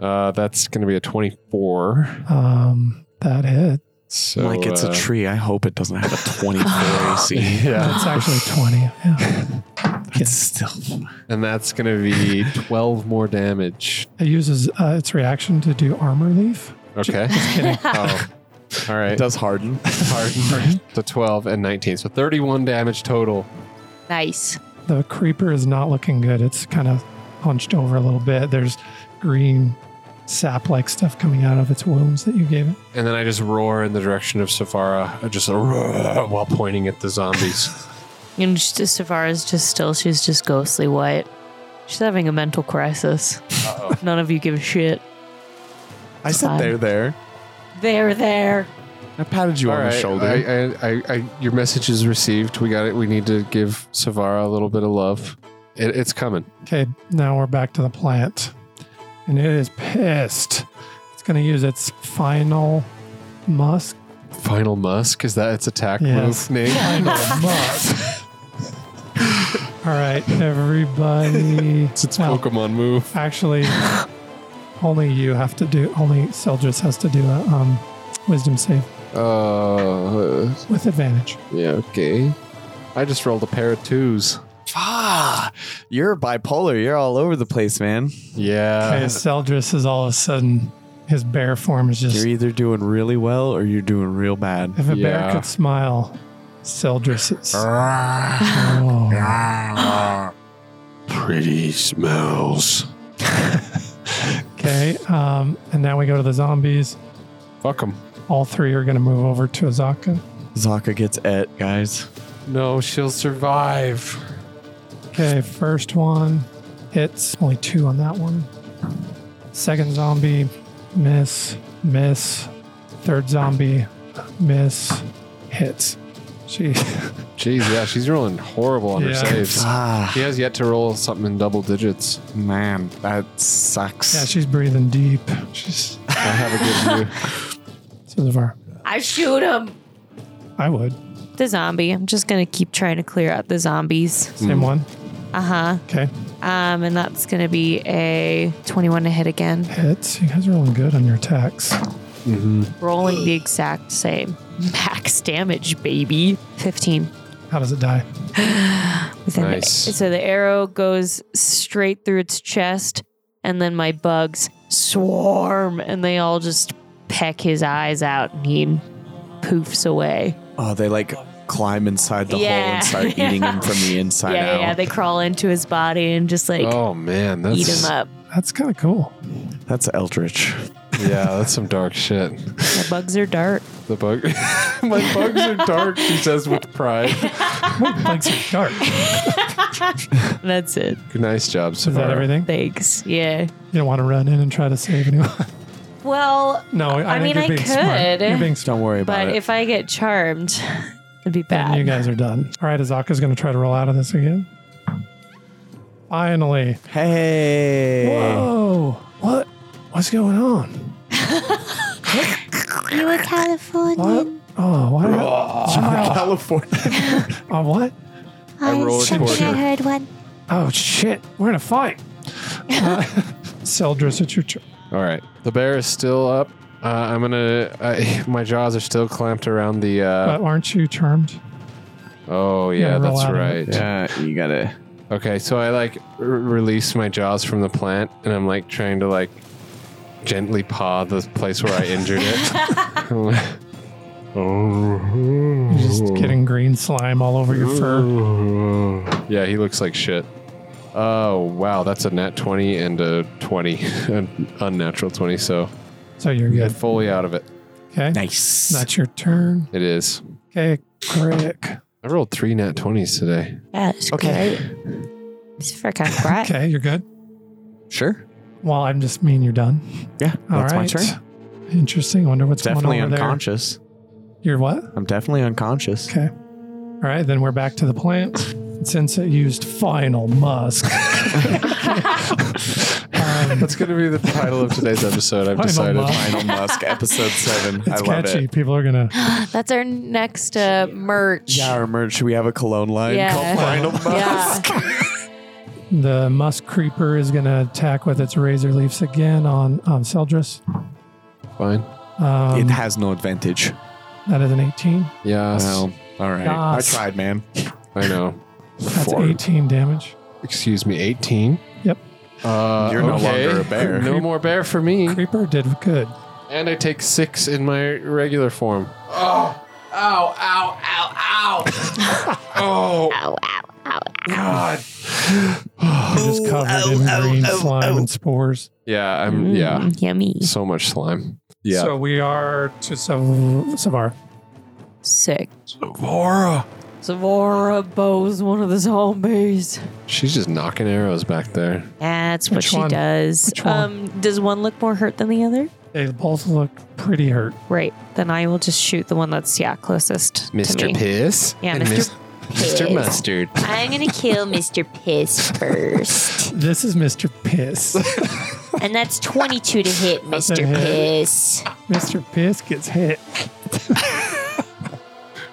Uh, that's going to be a 24. Um, that hit. So like it's uh, a tree. I hope it doesn't have a 24 AC. Yeah. That's actually twenty. Yeah. It's still And that's going to be 12 more damage. It uses uh, its reaction to do armor leaf. Okay. oh. All right. does harden. Hard. to 12 and 19. So 31 damage total. Nice. The creeper is not looking good. It's kind of hunched over a little bit. There's green sap-like stuff coming out of its wounds that you gave it. And then I just roar in the direction of Safara, I just roar while pointing at the zombies. And just, Savara's just still, she's just ghostly white. She's having a mental crisis. None of you give a shit. I said Fine. they're there. They're there. I patted you All on right. the shoulder. I, I, I, I, your message is received. We got it. We need to give Savara a little bit of love. It, it's coming. Okay, now we're back to the plant. And it is pissed. It's going to use its final musk. Final Musk. Is that its attack Yes. move name? Final musk. All right, everybody. It's its Well, Pokemon move. Actually, only you have to do, only Seldris has to do a um, wisdom save Uh, with advantage. yeah, okay. I just rolled a pair of twos. ah, you're bipolar. You're all over the place, man. Okay, Yeah. Seldris is all of a sudden, his bear form is You're just, either doing really well or you're doing real bad. if a bear Yeah. could smile, Seldris is. Oh. Pretty smells. Okay, um, and now we go to the zombies. Fuck them. All three are going to move over to Azaka. Zaka gets et, guys. No, she'll survive. Okay, first one hits. Only two on that one. Second zombie, miss, miss. Third zombie, miss, hits. She, Jeez, yeah, she's rolling horrible on her Yeah. saves. Ah, She has yet to roll something in double digits. man, that sucks. yeah, she's breathing deep. She's I have a good view. so far. I shoot him. I would The zombie. I'm just gonna keep trying to clear out the zombies. same one. Uh huh. Okay, Um, and that's gonna be a 21 to hit again, hits. You guys are rolling good on your attacks. rolling the exact same max damage, baby. 15. How does it die? With an- Nice. so the arrow goes straight through its chest, and then my bugs swarm, and they all just peck his eyes out, and he poofs away. Oh, they like climb inside the hole Yeah. and start eating him from the inside yeah, out. yeah, they crawl into his body and just like Oh, man. That's, eat him up. That's kind of cool. That's eldritch. Yeah, that's some dark shit. The bugs are dark. The bug. My bugs are dark, she says with pride. Legs are dark. Is That's it. Nice job, Savara. that everything? Thanks. Yeah. You don't want to run in and try to save anyone. Well, No, I, I think you're mean, I being Smart. could. You're being smart. Don't worry about but it. if I get charmed, it'd be Then you bad. guys are done. All right, Azaka's going to try to roll out of this again. Finally. hey, Whoa. What? What's going on? You were California. What? Oh, why? Child. California. Oh, what? I rolled something torture. I heard one. Oh, shit. We're in a fight. Uh, Seldris, it's your turn. All right. The bear is still up. Uh, I'm gonna. I, my jaws are still clamped around the. Uh, but aren't you charmed? oh yeah, roll that's out of it. right. Yeah, you gotta. Okay, so I like r- release my jaws from the plant, and I'm like trying to like gently paw the place where I injured it. You're just getting green slime all over your fur. yeah, he looks like shit. Oh wow, that's a nat twenty and a twenty, an unnatural twenty. So So you're get good. fully out of it. Okay. Nice. That's your turn. It is. Okay, Crick. I rolled three nat twenties today. That's Okay. great. It's freaking great. Okay, you're good. Sure. Well, I'm just mean you're done. Yeah, All that's my right. turn. Interesting. I wonder what's Definitely going on over unconscious. there. You're what? I'm definitely unconscious. Okay. All right, then we're back to the plant. And Since it used final musk, um, That's gonna be the title of today's episode. I've Final decided. Musk. Elon Musk, episode seven. I it's love catchy. it. People are gonna. That's our next uh, merch. Yeah, Yeah. our merch. We have a cologne line Yeah. called Final Musk. The musk creeper is gonna attack with its razor leaves again on um, Seldris. Fine. Um, It has no advantage. that is an 18. Yeah. Well, all right. Yes. I tried, man. I know. That's Four. 18 damage. Excuse me, 18. Yep. Uh, You're no longer a bear. No more bear for me. Creeper did good. And I take six in my regular form. Ow, ow, ow. You're just covered in green slime and spores. Yeah, Mm, I'm. Yeah, Yummy. so much slime. Yeah. So we are to Sav- Savara. Sick. Savora bows one of the zombies. She's just knocking arrows back there. That's what Which she one? does. Which one? Um, does one look more hurt than the other? They both look pretty hurt. Right. Then I will just shoot the one that's yeah closest to me. Piss. Yeah, Mr. Mr. Mustard. I'm gonna kill Mr. Piss first, This is Mr. Piss. and that's 22 to hit, That's a Mr. hit. Piss. Mr. Piss gets hit. you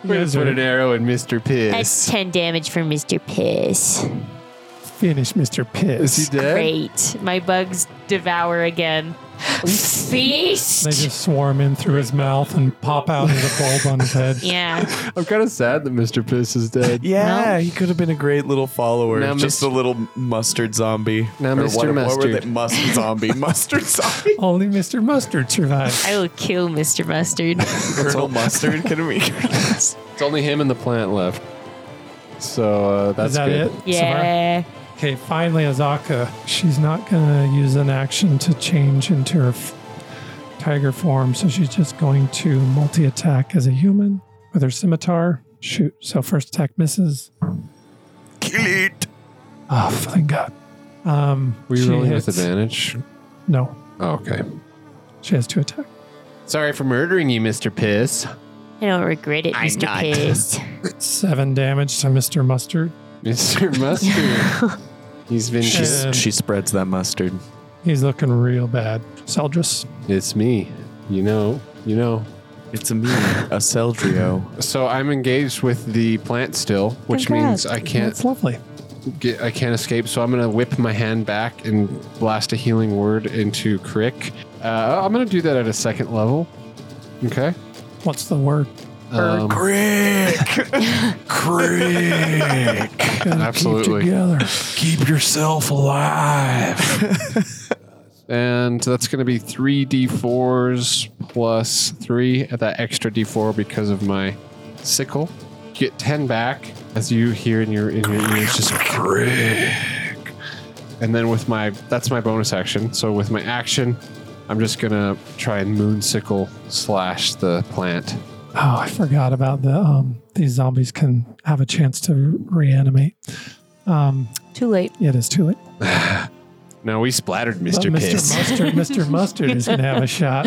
Put guys an are arrow in Mr. That's Piss. 10 damage for Mr. Piss. finish Mr. Piss. Is he dead? Great. My bugs devour again. They Feast! just swarm in through his mouth and pop out as a bulb on his head. Yeah. I'm kind of sad that Mr. Piss is dead. Yeah, he could have been a great little follower. Now, just Mr. a little mustard zombie. Now, Or Mr. What, what were Mustard. they? Mustard zombie. mustard zombie. Only Mr. Mustard survives. I will kill Mr. Mustard. Colonel Mustard. Can we? It's only him and the plant left. So uh, that's Is that good. it? Samara? yeah. Okay, finally, Azaka. She's not going to use an action to change into her f- tiger form, so she's just going to multi attack as a human with her scimitar. Shoot. So, first attack misses. Kill it. Oh, thank God. Um, Were you she rolling with hits- advantage? No, Oh, okay. she has two attack. Sorry for murdering you, Mr. Piss. I don't regret it, Mr. Piss. Seven damage to Mr. Mustard. Mr. Mustard. He's been. Um, She spreads that mustard. He's looking real bad. Seldris. It's me. You know. You know. It's a me, a Celdrio. So I'm engaged with the plant still, which means I can't That's lovely. get, I can't escape. So I'm gonna whip my hand back and blast a healing word into Crick. Uh, I'm gonna do that at a second level. Okay. What's the word? Um, Crick. Crick. Absolutely. Keep together. Keep yourself alive. and that's going to be three d4s plus three at that extra d4 because of my sickle. Get ten back as you hear in your in your ears just crick. And then with my that's my bonus action. So with my action, I'm just gonna try and moon sickle slash the plant. Oh, I forgot about the um these zombies can have a chance to reanimate. Um Too late. yeah, it is too late. No, we splattered But Mr. Piss. Mustard Mr. Mustard is gonna have a shot.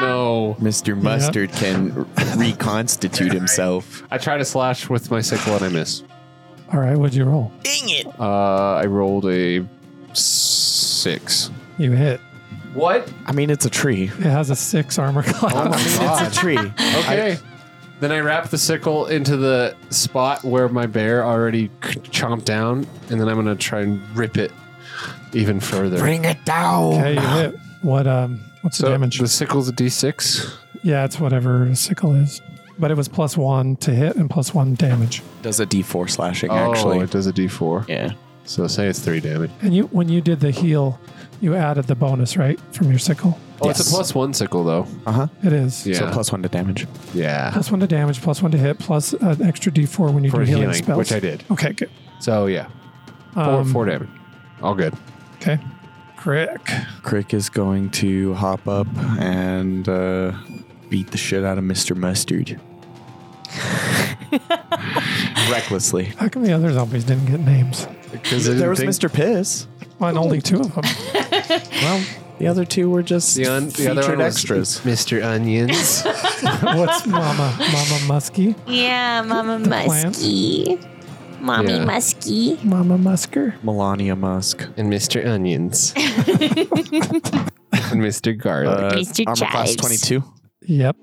no. Mr. Mustard can reconstitute himself. I try to slash with my sickle and I miss. All right, what'd you roll? Uh, I rolled a six. You hit. What? I mean, it's a tree. It has a six armor Oh class. It's a tree. Okay. then I wrap the sickle into the spot where my bear already chomped down, and then I'm gonna try and rip it even further. Bring it down. Okay, you hit. What um? What's So the damage? the sickle's a d6. yeah, it's whatever a sickle is. But it was plus one to hit and plus one damage. Does a d4 slashing, oh, actually. it does a d4. Yeah. So say it's three damage. And you, when you did the heal, you added the bonus right from your sickle. Oh, it's a Yes. plus one sickle though. It is Yeah. So plus one to damage. Yeah. Ah, plus one to damage, plus one to hit, plus uh, an extra D4 when you For do healing, healing, spells. which I did. Okay, good. So yeah, four, Um, four damage. All good. Okay. Crick. Crick is going to hop up and uh, beat the shit out of Mr. Mustard. Recklessly. How come the other zombies didn't get names? Because There was Mr. Piss. Well, and only two of them. Well, the other two were just The, un- the other featured one was extras. Mr. Onions. What's Mama? Mama Muskie? Yeah, Mama The plant? Muskie. Mommy Yeah. Muskie. Mama Musker? Melania Musk. and Mr. Onions. and Mr. Garlic. Uh, Mr. Armor class Chives. 22. Yep.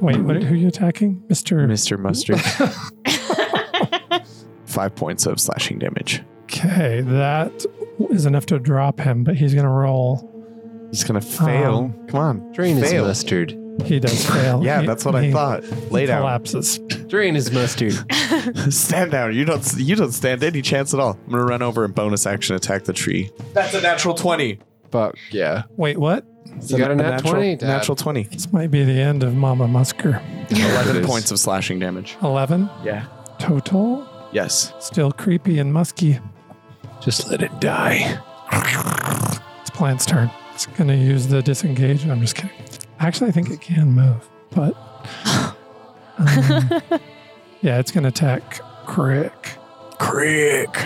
Wait, what, who are you attacking? Mr. Mr. Mustard. Five points of slashing damage. Okay, that is enough to drop him, but he's going to roll. He's going to fail. Come on. Drain his fail. mustard. He does fail. Yeah, He- that's what I he thought. Lay down. Collapses. Drain his mustard. Stand down. You don't. You don't stand any chance at all. I'm gonna run over and bonus action attack the tree. That's a natural twenty. Fuck yeah. Wait, what? You got a nat natural, 20, Dad. Natural twenty. This might be the end of Mama Musker. It Eleven is. points of slashing damage. 11 Yeah. total. Yes. Still creepy and musky. Just let it die. It's plant's turn. It's going to use the disengage. I'm just kidding. Actually, I think it can move, but. um, yeah, it's going to attack Crick. Crick.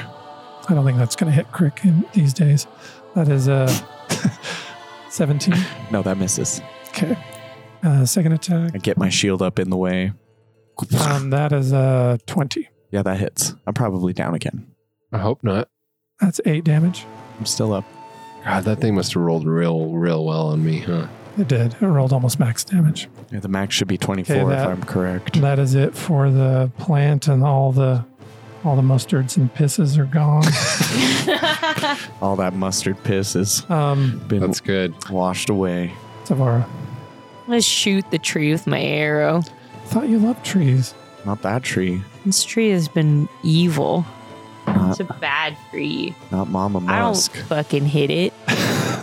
I don't think that's going to hit Crick in these days. That is uh, a 17. No, that misses. Okay. Uh, second attack. I get my shield up in the way. Um, that is a 20. Yeah, that hits. I'm probably down again. I hope not. That's eight damage. I'm still up. God, that thing must have rolled real, real well on me, huh? It did. It rolled almost max damage. Yeah, the max should be 24 Okay, if that- I'm correct. That is it for the plant and all the all the mustards and pisses are gone. All that mustard piss has Um, been That's good. washed away. Savara, Let's shoot the tree with my arrow. thought you loved trees. Not that tree. This tree has been evil. Not, It's a bad tree. not Mama I don't Musk. fucking hit it.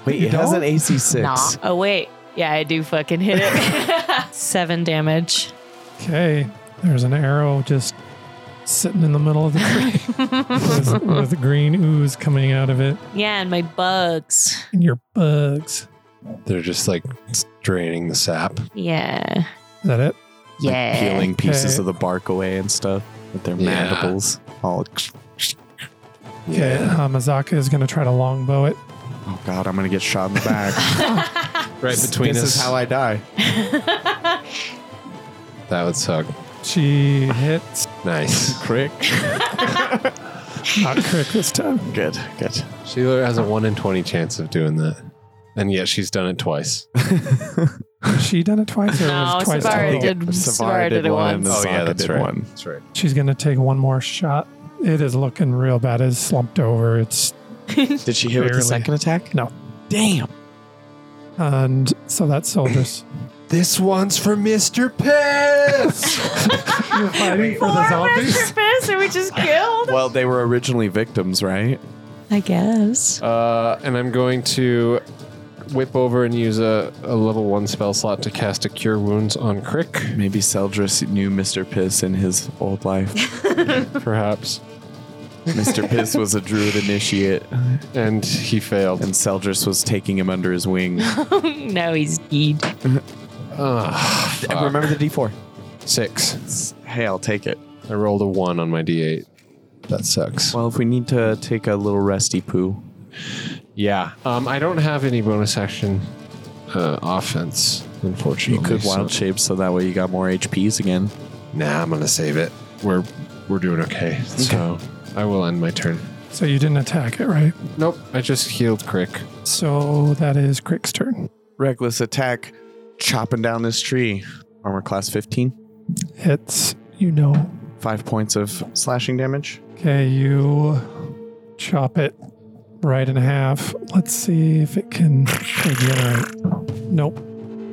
Wait, it has an AC six. Nah. Oh wait. Yeah, I do fucking hit it. Seven damage. Okay, there's an arrow just sitting in the middle of the tree with, with green ooze coming out of it Yeah, and my bugs. and your bugs. They're just like draining the sap. Yeah. Is that it? Yeah. peeling pieces Okay. of the bark away and stuff with their Yeah. mandibles. All Okay, uh, Mazaka is going to try to longbow it. oh god, I'm gonna get shot in the back. Right between this us. is how I die. that would suck. She hits Nice. Crick. not Crick this time. Good, good. Sheila has a 1 in 20 chance of doing that. And yet she's done it twice. Has She done it twice or No, was twice Savara total? did- Savara did it once. Oh yeah, that's right. One. That's right. She's going to take one more shot. It is looking real bad. It's slumped over. It's Did she hit with the Barely. second attack? No. Damn. and so that's soldiers. This one's for Mr. Piss! You're fighting for the zombies. Professor, we just killed. Well, they were originally victims, right? I guess. uh, and I'm going to whip over and use a, a level 1 spell slot to cast a Cure Wounds on Crick, Maybe Seldris knew Mr. Piss in his old life. perhaps. Mr. Piss was a druid initiate, And he failed. and Seldris was taking him under his wing. no, he's dead. Remember the D4. Six. Hey, I'll take it. I rolled a one on my d8. That sucks. Well, if we need to take a little resty poo, yeah. Um, I don't have any bonus action uh, offense, unfortunately. you could so- wild shape so that way you got more HPs again. Nah, I'm gonna save it. We're we're doing okay. So I will end my turn. So you didn't attack it, right? Nope. I just healed Crick. So that is Crick's turn. Reckless attack, chopping down this tree. Armor class 15. Hits, you know. Five points of slashing damage. Okay, you chop it right in half. Let's see if it can regenerate. Nope.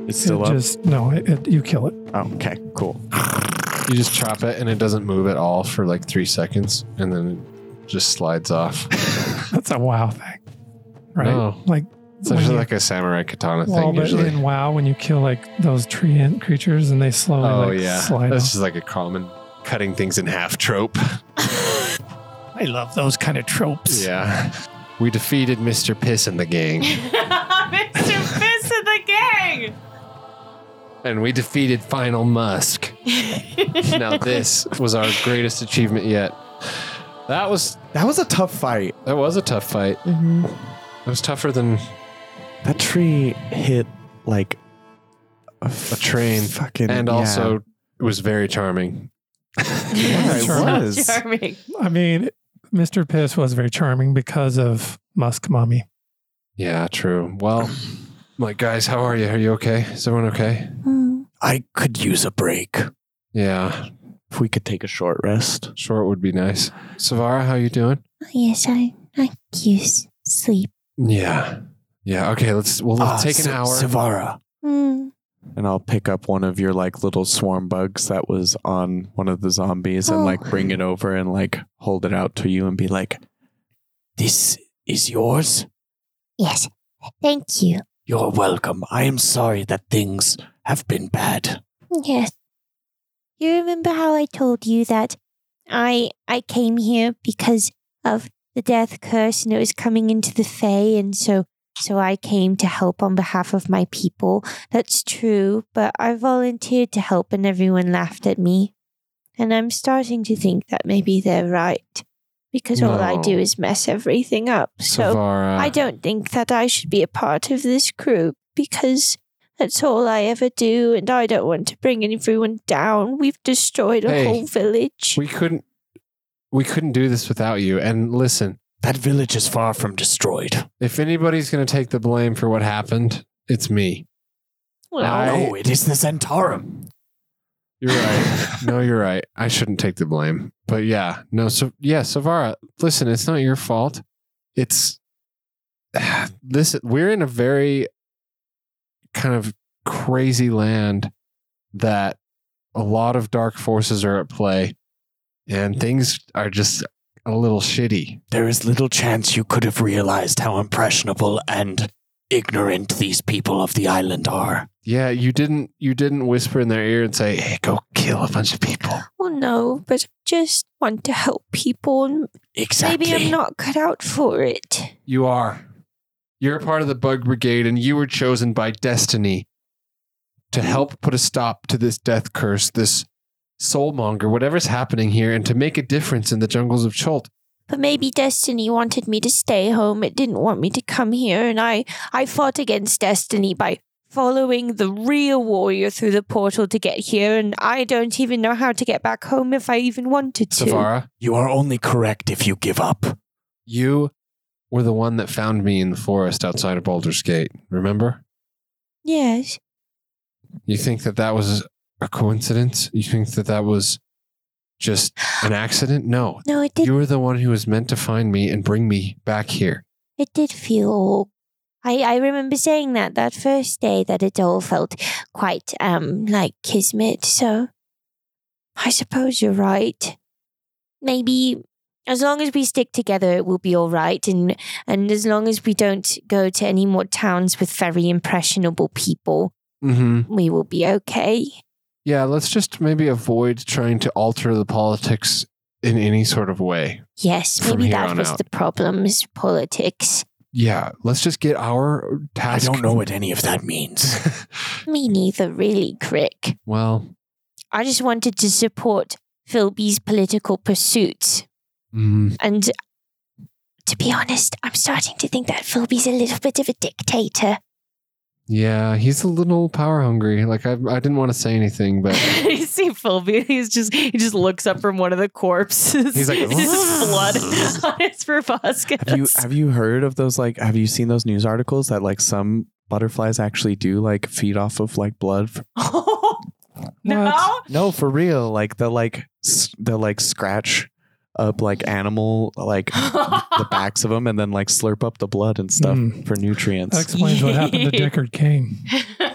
It's still it up. just no. It, it, you kill it. Oh, okay, cool. You just chop it and it doesn't move at all for like three seconds and then it just slides off. That's a wow thing, right? No. Like It's when actually you- like a samurai katana well, thing but usually. in WoW, when you kill like those tree ant creatures and they slowly oh like yeah, slide. that's off. just like a common cutting things in half trope. I love those kind of tropes. Yeah. We defeated Mr. Piss and the gang, Mr. Fist of the gang. and we defeated Final Musk. now this was our greatest achievement yet. That was That was a tough fight. that was a tough fight. Mm-hmm. It was tougher than That tree hit like a, a train, fucking and yeah. also it was very charming. yeah, it was. Charming. I mean, Mr. Piss was very charming because of Musk Mommy. Yeah, true. Well, i like guys, how are you? Are you okay? Is everyone okay? Oh, I could use a break. Yeah, If we could take a short rest, short would be nice. Savara, how you doing? Oh, yes, I, I use sleep. Yeah, yeah. Okay, let's. Well, let's Ah, take an Sa- hour. Savara. Mm. and I'll pick up one of your like little swarm bugs that was on one of the zombies, Oh. and like bring it over and like hold it out to you, and be like, This is yours. Yes, thank you. You're welcome. I am sorry that things have been bad. Yes. You remember how I told you that I I came here because of the death curse and it was coming into the Fae and so so I came to help on behalf of my people. That's true, but I volunteered to help and everyone laughed at me. And I'm starting to think that maybe they're right. Because all I do No. is mess everything up. So Savara. I don't think that I should be a part of this crew because that's all I ever do, and I don't want to bring everyone down. We've destroyed a Hey. whole village. We couldn't. We couldn't do this without you. And listen, That village is far from destroyed. if anybody's going to take the blame for what happened, it's me. I- no, it is the Centaurum. You're right. no, you're right. I shouldn't take the blame. But yeah, no. So yeah, Savara, listen, it's not your fault. It's this. We're in a very kind of crazy land that a lot of dark forces are at play, and things are just a little shitty. There is little chance you could have realized how impressionable and ignorant these people of the island are. Yeah, you didn't. You didn't whisper in their ear and say, "Hey, go kill a bunch of people." well, no, but I just want to help people, and Exactly. maybe I'm not cut out for it. You are. You're a part of the Bug Brigade, and you were chosen by destiny to help put a stop to this death curse, this soulmonger, whatever's happening here, and to make a difference in the jungles of Chult. But maybe destiny wanted me to stay home. It didn't want me to come here, and I I fought against destiny by following the real warrior through the portal to get here, and I don't even know how to get back home if I even wanted to. Savara, You are only correct if you give up. you were the one that found me in the forest outside of Baldur's Gate. Remember? Yes. You think that that was a coincidence? You think that that was just an accident? No. No, it did. You were the one who was meant to find me and bring me back here. It did feel. I I remember saying that that first day that it all felt quite um like kismet. So I suppose you're right. Maybe as long as we stick together, it will be all right, and and as long as we don't go to any more towns with very impressionable people, Mm-hmm. we will be okay. Yeah, let's just maybe avoid trying to alter the politics in any sort of way. Yes, From maybe here that on was out. the problem is politics. Yeah, let's just get our I task. don't know what any of that means. Me neither, really, Crick. well, I just wanted to support Philby's political pursuits. mm, And to be honest, I'm starting to think that Philby's a little bit of a dictator. yeah, he's a little power hungry. Like I, I didn't want to say anything, but you see Philby, he's just he just looks up from one of the corpses. He's like, his blood on his proboscis. Have you have you heard of those like have you seen those news articles that like some butterflies actually do like feed off of like blood? f- no, What? no, for real. Like they'll like s- they'll like scratch up like animal like the backs of them and then like slurp up the blood and stuff Hmm. Mm. for nutrients. That explains what happened to Deckard Kane.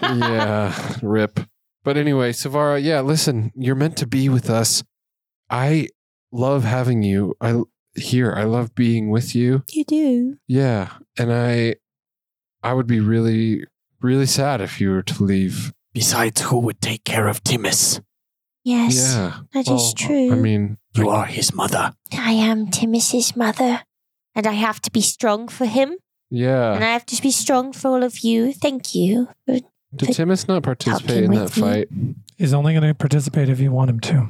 yeah, rip. But anyway, Savara, yeah, listen, you're meant to be with us. I love having you. I l- here. I love being with you. You do. Yeah, and I I would be really really sad if you were to leave. Besides, who would take care of Timus? Yes, that Yeah. is well, true. I mean, You are his mother. I am Timus's mother, and I have to be strong for him, and yeah. I have to be strong for all of you. Thank you. for- Did Timus not participate in Talking that with me. fight? He's only going to participate if you want him to.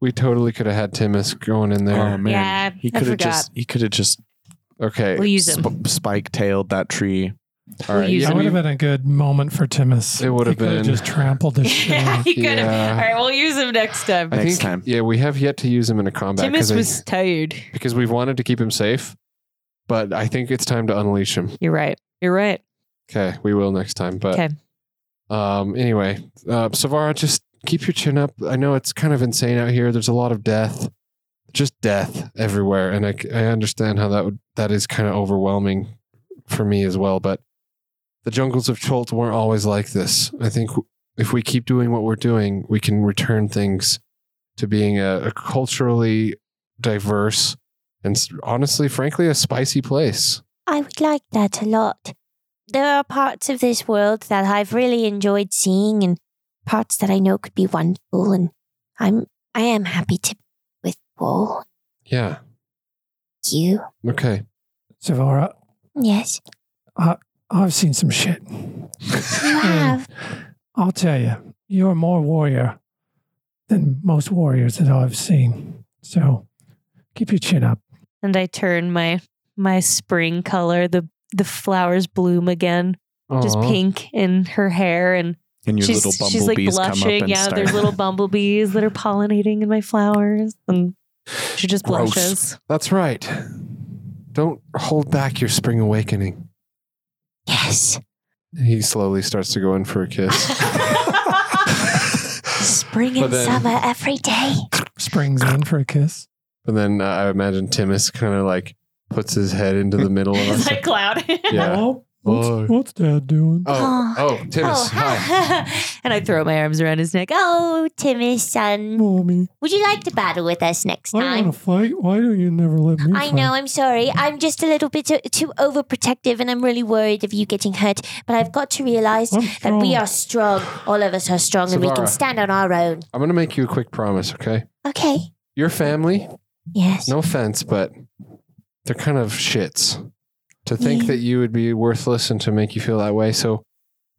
We totally could have had Timus going in there. Oh man, Yeah, he I could have forgot. just he could have just okay. We'll use him. sp- spike tailed that tree. All right. use Yeah, That him. would we- have been a good moment for Timus. It would have He could been. just trampled the shit. out yeah, of he could have. Yeah. All right, we'll use him next time. I Next think, time. Yeah, we have yet to use him in a combat because Timus I- was tired. because we've wanted to keep him safe, but I think it's time to unleash him. You're right. You're right. Okay, we will next time. But 'Kay. um, anyway, uh, Savara, just keep your chin up. I know it's kind of insane out here. There's a lot of death, just death everywhere, and I, c- I understand how that would that is kind of overwhelming for me as well. But the jungles of Cholt weren't always like this. I think w- if we keep doing what we're doing, we can return things to being a, a culturally diverse and s- honestly, frankly, a spicy place. I would like that a lot. There are parts of this world that I've really enjoyed seeing, and parts that I know could be wonderful. And I'm, I am happy to be with you all Yeah. you. Okay. Savara, Yes, I've seen some shit. you have. I'll tell you, you're more warrior than most warriors that I've seen. So keep your chin up. And I turn my my spring color. The the flowers bloom again, just Aw. pink in her hair, and And your she's little she's like bumblebees come up blushing. and Yeah, start. there's little bumblebees that are pollinating in my flowers, and she just Gross. blushes. That's right. Don't hold back your spring awakening. Yes, He slowly starts to go in for a kiss. spring But and then- summer uh, every day. Springs in for a kiss. and then uh, I imagine Timus kind of like puts his head into the middle of Is us. that cloud? Yeah. Hello? Boy. What's, what's dad doing? Oh, oh, Timus. Oh, hi. and I throw my arms around his neck. Oh, Timmy's son, Mommy, would you like to battle with us next I don't time? want to fight. Why don't you never let me I fight? know, I'm sorry. I'm just a little bit too, too overprotective and I'm really worried of you getting hurt. But I've got to realize I'm that we strong. are strong. All of us are strong and we can Savara. stand on our own. I'm going to make you a quick promise, okay? Okay. Your family, Yes. no offense, but they're kind of shits. To think that you would be worthless and to make you feel that way. So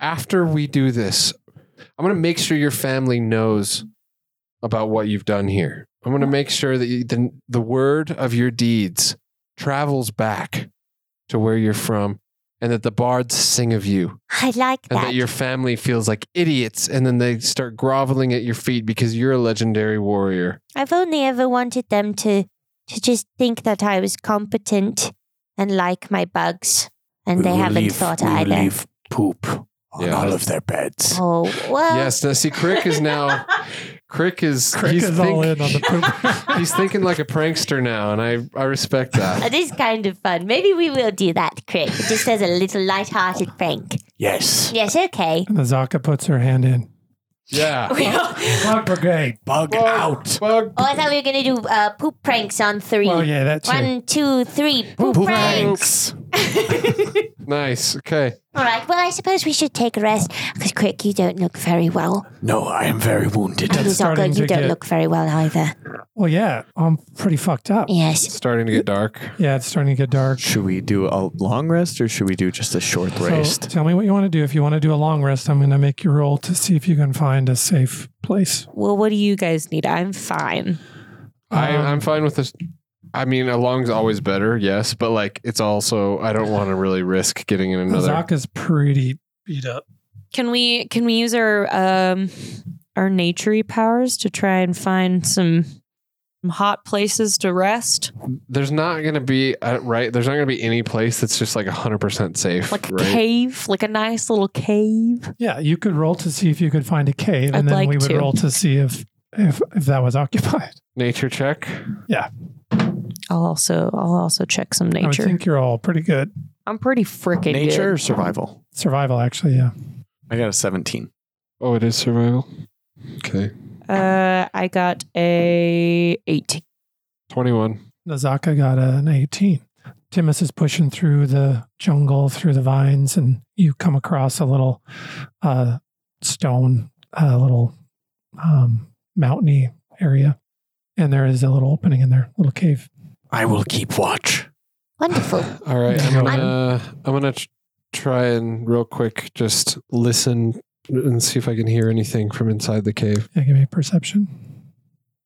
after we do this, I'm going to make sure your family knows about what you've done here. I'm going to make sure that you, the, the word of your deeds travels back to where you're from and that the bards sing of you I like and that. that your family feels like idiots and then they start groveling at your feet because you're a legendary warrior. I've only ever wanted them to, to just think that I was competent and like my bugs. And We they will haven't leave- thought we will either. leave poop on Yeah. all of their beds. Oh, well. Yes, now see, Crick is now. Crick is. Crick he's is think- all in on the poop. He's thinking like a prankster now, and I, I respect that. It is kind of fun. Maybe we will do that, Crick, just as a little light-hearted prank. Yes. Yes, okay. and Azaka puts her hand in. Yeah. We all- Bug brigade. Bug out. Bug. Oh, I thought we were going to do uh, poop pranks on three. Oh, yeah, that's it. One, two, three, poop, Poop pranks. pranks. Nice. Okay. All right, well, I suppose we should take a rest because, Crick, you don't look very well. No, I am very wounded. And Zocco, starting you to don't get- look very well either. Well, yeah, I'm pretty fucked up. Yes. Starting to get dark. Yeah, it's starting to get dark. Should we do a long rest or should we do just a short So rest? tell me what you want to do. If you want to do a long rest, I'm going to make you roll to see if you can find a safe place. well, what do you guys need? I'm fine. I, Um, I'm fine with this. I mean, a long's always better, yes, but like it's also I don't want to really risk getting in another. Azaka's pretty beat up. Can we can we use our um our naturey powers to try and find some some hot places to rest? There's not going to be uh, right. There's not going to be any place that's just like 100 percent safe. Like a right? cave, like a nice little cave. Yeah, you could roll to see if you could find a cave, I'd and then like we would to. roll to see if if if that was occupied. Nature check. Yeah. I'll also I'll also check some I would nature. think you're all pretty good. I'm pretty freaking Nature good. or survival? Survival, actually, yeah. I got a 17. Oh, it is survival. Okay, Uh, I got a eight. twenty-one. Nazaka got an 18. Timus is pushing through the jungle, through the vines, and you come across a little uh, stone, a little um, mountainy area. And there is a little opening in there, little cave. I will keep watch. Wonderful. All right, I'm No. gonna I'm gonna tr- try and real quick just listen and see if I can hear anything from inside the cave. Yeah, give me a perception.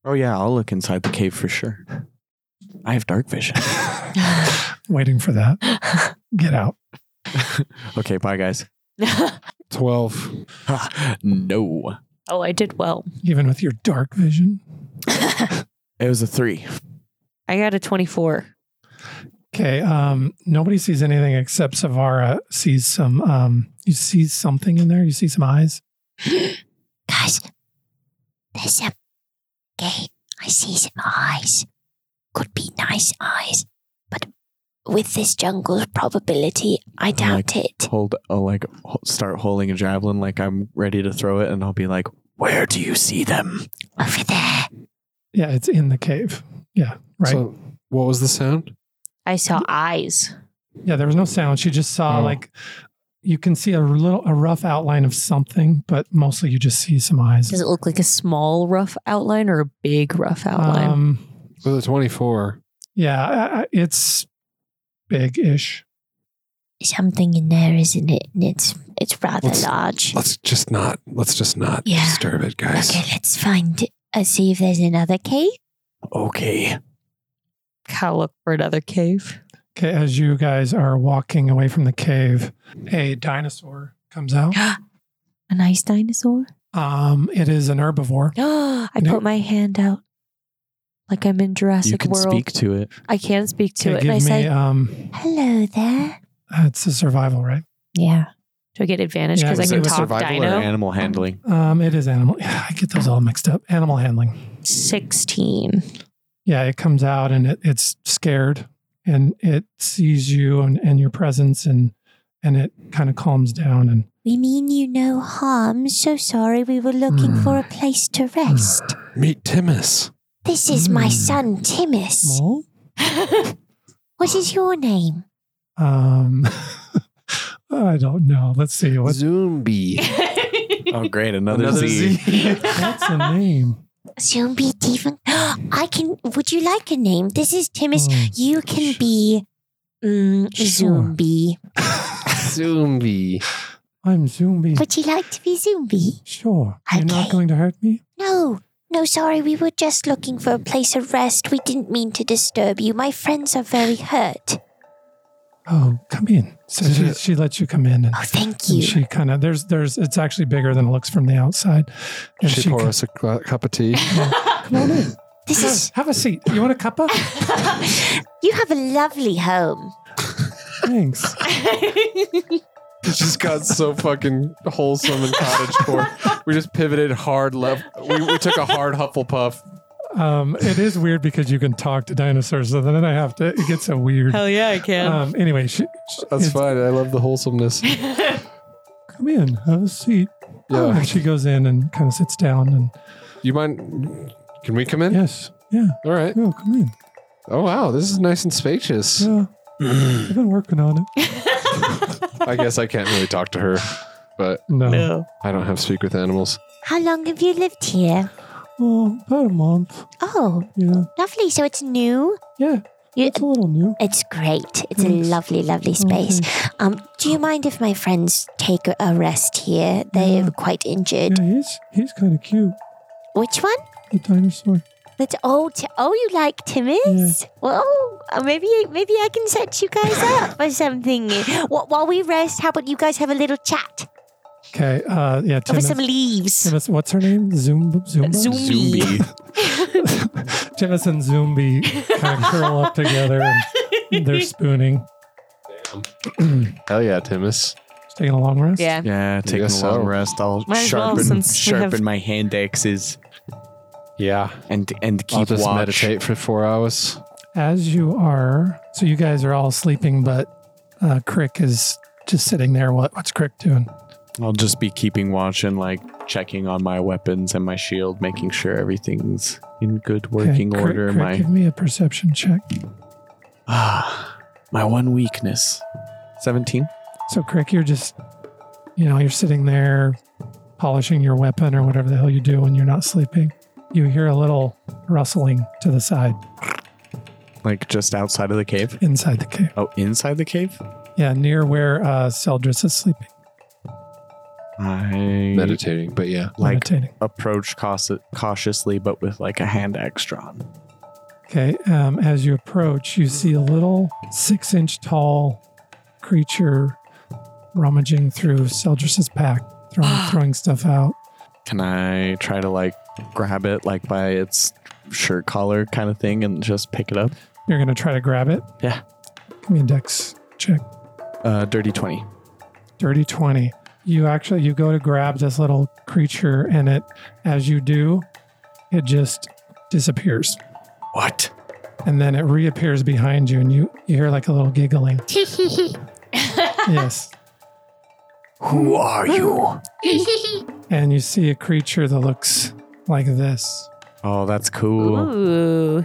Oh, yeah, I'll look inside the cave for sure. I have dark vision. Waiting for that. Get out. okay, bye, guys. Twelve. no. oh, I did well. Even with your dark vision. It was a three. I got a twenty-four. Okay. Um, nobody sees anything except Savara sees some. Um, you see something in there. You see some eyes. Guys, there's a gate. I see some eyes. Could be nice eyes. But with this jungle's probability, I doubt it. Hold, I'll uh, like ho- start holding a javelin like I'm ready to throw it, and I'll be like, Where do you see them? Over there. Yeah, it's in the cave. Yeah, right. So, what was the sound? I saw eyes. yeah, there was no sound. She just saw Oh. like you can see a little a rough outline of something, but mostly you just see some eyes. Does it look like a small rough outline or a big rough outline? Um, With a twenty-four. yeah, I- I- it's big-ish. Something in there, isn't it? And it's it's rather What's- large. Let's just not. Let's just not Yeah. disturb it, guys. Okay, let's find it. Uh, see if there's another cave. Okay. I'll look for another cave. Okay, as you guys are walking away from the cave, a dinosaur comes out. A nice dinosaur. Um, it is an herbivore. I No. put my hand out like I'm in Jurassic you can World. speak to it. I can speak to Okay, it. And I give me say, um, Hello there. it's a survival, right? yeah. Do I get advantage Yeah, because I was can it talk dino? animal handling? Um, it is animal. I get those all mixed up. Animal handling. 16. Yeah, it comes out and it, it's scared and it sees you and, and your presence and and it kind of calms down and We mean you no harm. So sorry, we were looking Hmm. for a place to rest. Meet Timus. This is my Hmm. son, Timus. well, What is your name? um I don't know. Let's see what, Zombie. Oh, great. Another, Another Z. what's the nname. Soon be Tivan. I can. Would you like a name? This is Timus. Hmm. You can be. Mm, Sure. Mm. Zombie. Zombie. I'm Zombie. Would you like to be Zombie? Sure. You're not Okay. going to hurt me? No, no, sorry. We were just looking for a place of rest. We didn't mean to disturb you. My friends are very hurt. Oh, come in. So she, she lets you come in and, Oh, thank and you. she kind of there's there's it's actually bigger than it looks from the outside. And She, she pour co- us a gla- cup of tea. come on in. This is. Have a seat. You want a cuppa? You have a lovely home. Thanks. It just got so fucking wholesome and cottage core. We just pivoted hard left. We, we took a hard Hufflepuff. Um, it is weird because you can talk to dinosaurs, so then I have to. It gets so weird. Hell yeah, I can. Um, anyway, she, she- That's it's, fine. I love the wholesomeness. Come in, have a seat. Yeah. And she goes in and kind of sits down. And You mind? Can we come in? yes, yeah, All right. no, come in. Oh wow, this is nice and spacious. Yeah, I've been working on it. I guess I can't really talk to her, but No, no. I don't have speak with animals. How long have you lived here? oh, about a month. Oh, Yeah, lovely. So it's new. yeah, You, it's a little new. it's great. It's a Thanks. lovely, lovely space. Okay. Um, do you mind if my friends take a- a rest here? They're Yeah. quite injured. Yeah, he's he's kind of cute. Mm. Which one? The dinosaur. That's oh, t- oh, you like Timmy's? Well, uh, maybe maybe I can set you guys up or something. Wh- While we rest, how about you guys have a little chat Okay. Uh, yeah, over some Timus. leaves? Timus, what's her name? Zoom, Zumba? Zombie. Timus and Zombie kind of curl up together and they're spooning. Hell yeah, Timus. Just taking a long rest. Yeah. Yeah, taking a long Guess so. rest. I'll Might as well, sharpen since we sharpen have- my hand axes Yeah. and and I'll keep just watch. meditate for four hours. As you are, so you guys are all sleeping, but uh, Crick is just sitting there. What, what's Crick doing? I'll just be keeping watch and like checking on my weapons and my shield, making sure everything's in good Okay, working Crick- order. Crick, my give me a perception check. ah, my one weakness. Seventeen. So, Crick, you're just, you know, you're sitting there polishing your weapon or whatever the hell you do when you're not sleeping. You hear a little rustling to the side Like just outside of the cave. inside the cave. Oh, inside the cave. Yeah, near where uh, Seldris is sleeping, I meditating, but yeah. like meditating. approach cauti- cautiously, but with like a hand extra on. Okay. Um, as you approach, you see a little six inch tall creature rummaging through Seldris's pack, throwing, throwing stuff out. Can I try to like grab it like by its shirt collar kind of thing and just pick it up? You're going to try to grab it. Yeah. Give me a dex check. Uh, dirty twenty. Dirty 20. You actually you go to grab this little creature and it as you do, it just disappears. What? And then it reappears behind you and you, you hear like a little giggling. yes. Who are you? And you see a creature that looks like this. Oh, that's cool. Ooh.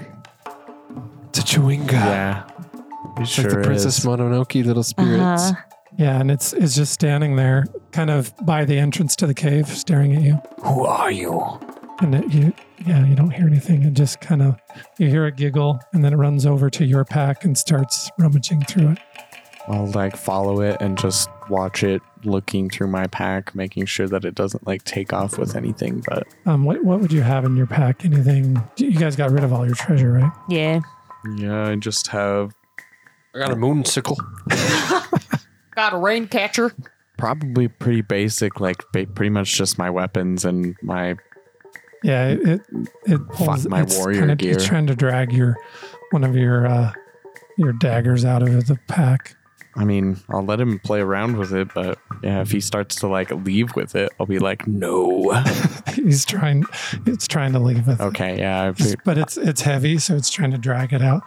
Tachwinga. Yeah. It It's like the Princess Mononoke little spirits. Uh-huh. Yeah, and it's it's just standing there, kind of by the entrance to the cave, staring at you. Who are you? And it, you, yeah, you don't hear anything. It just kind of you hear a giggle, and then it runs over to your pack and starts rummaging through it. I'll like follow it and just watch it looking through my pack, making sure that it doesn't like take off with anything. But Um, what what would you have in your pack? Anything? You guys got rid of all your treasure, right? Yeah. yeah, I just have I got a moonsicle. Got a rain catcher. probably pretty basic, like ba- pretty much just my weapons and my Yeah, it it, it pulls. Fuck, my it's warrior kinda, gear. It's trying to drag your one of your uh, your daggers out of the pack. I mean, I'll let him play around with it, but yeah, if he starts to like leave with it, I'll be like, no. He's trying. It's trying to leave with. okay, yeah. I, It's- pre- but it's it's heavy, so it's trying to drag it out.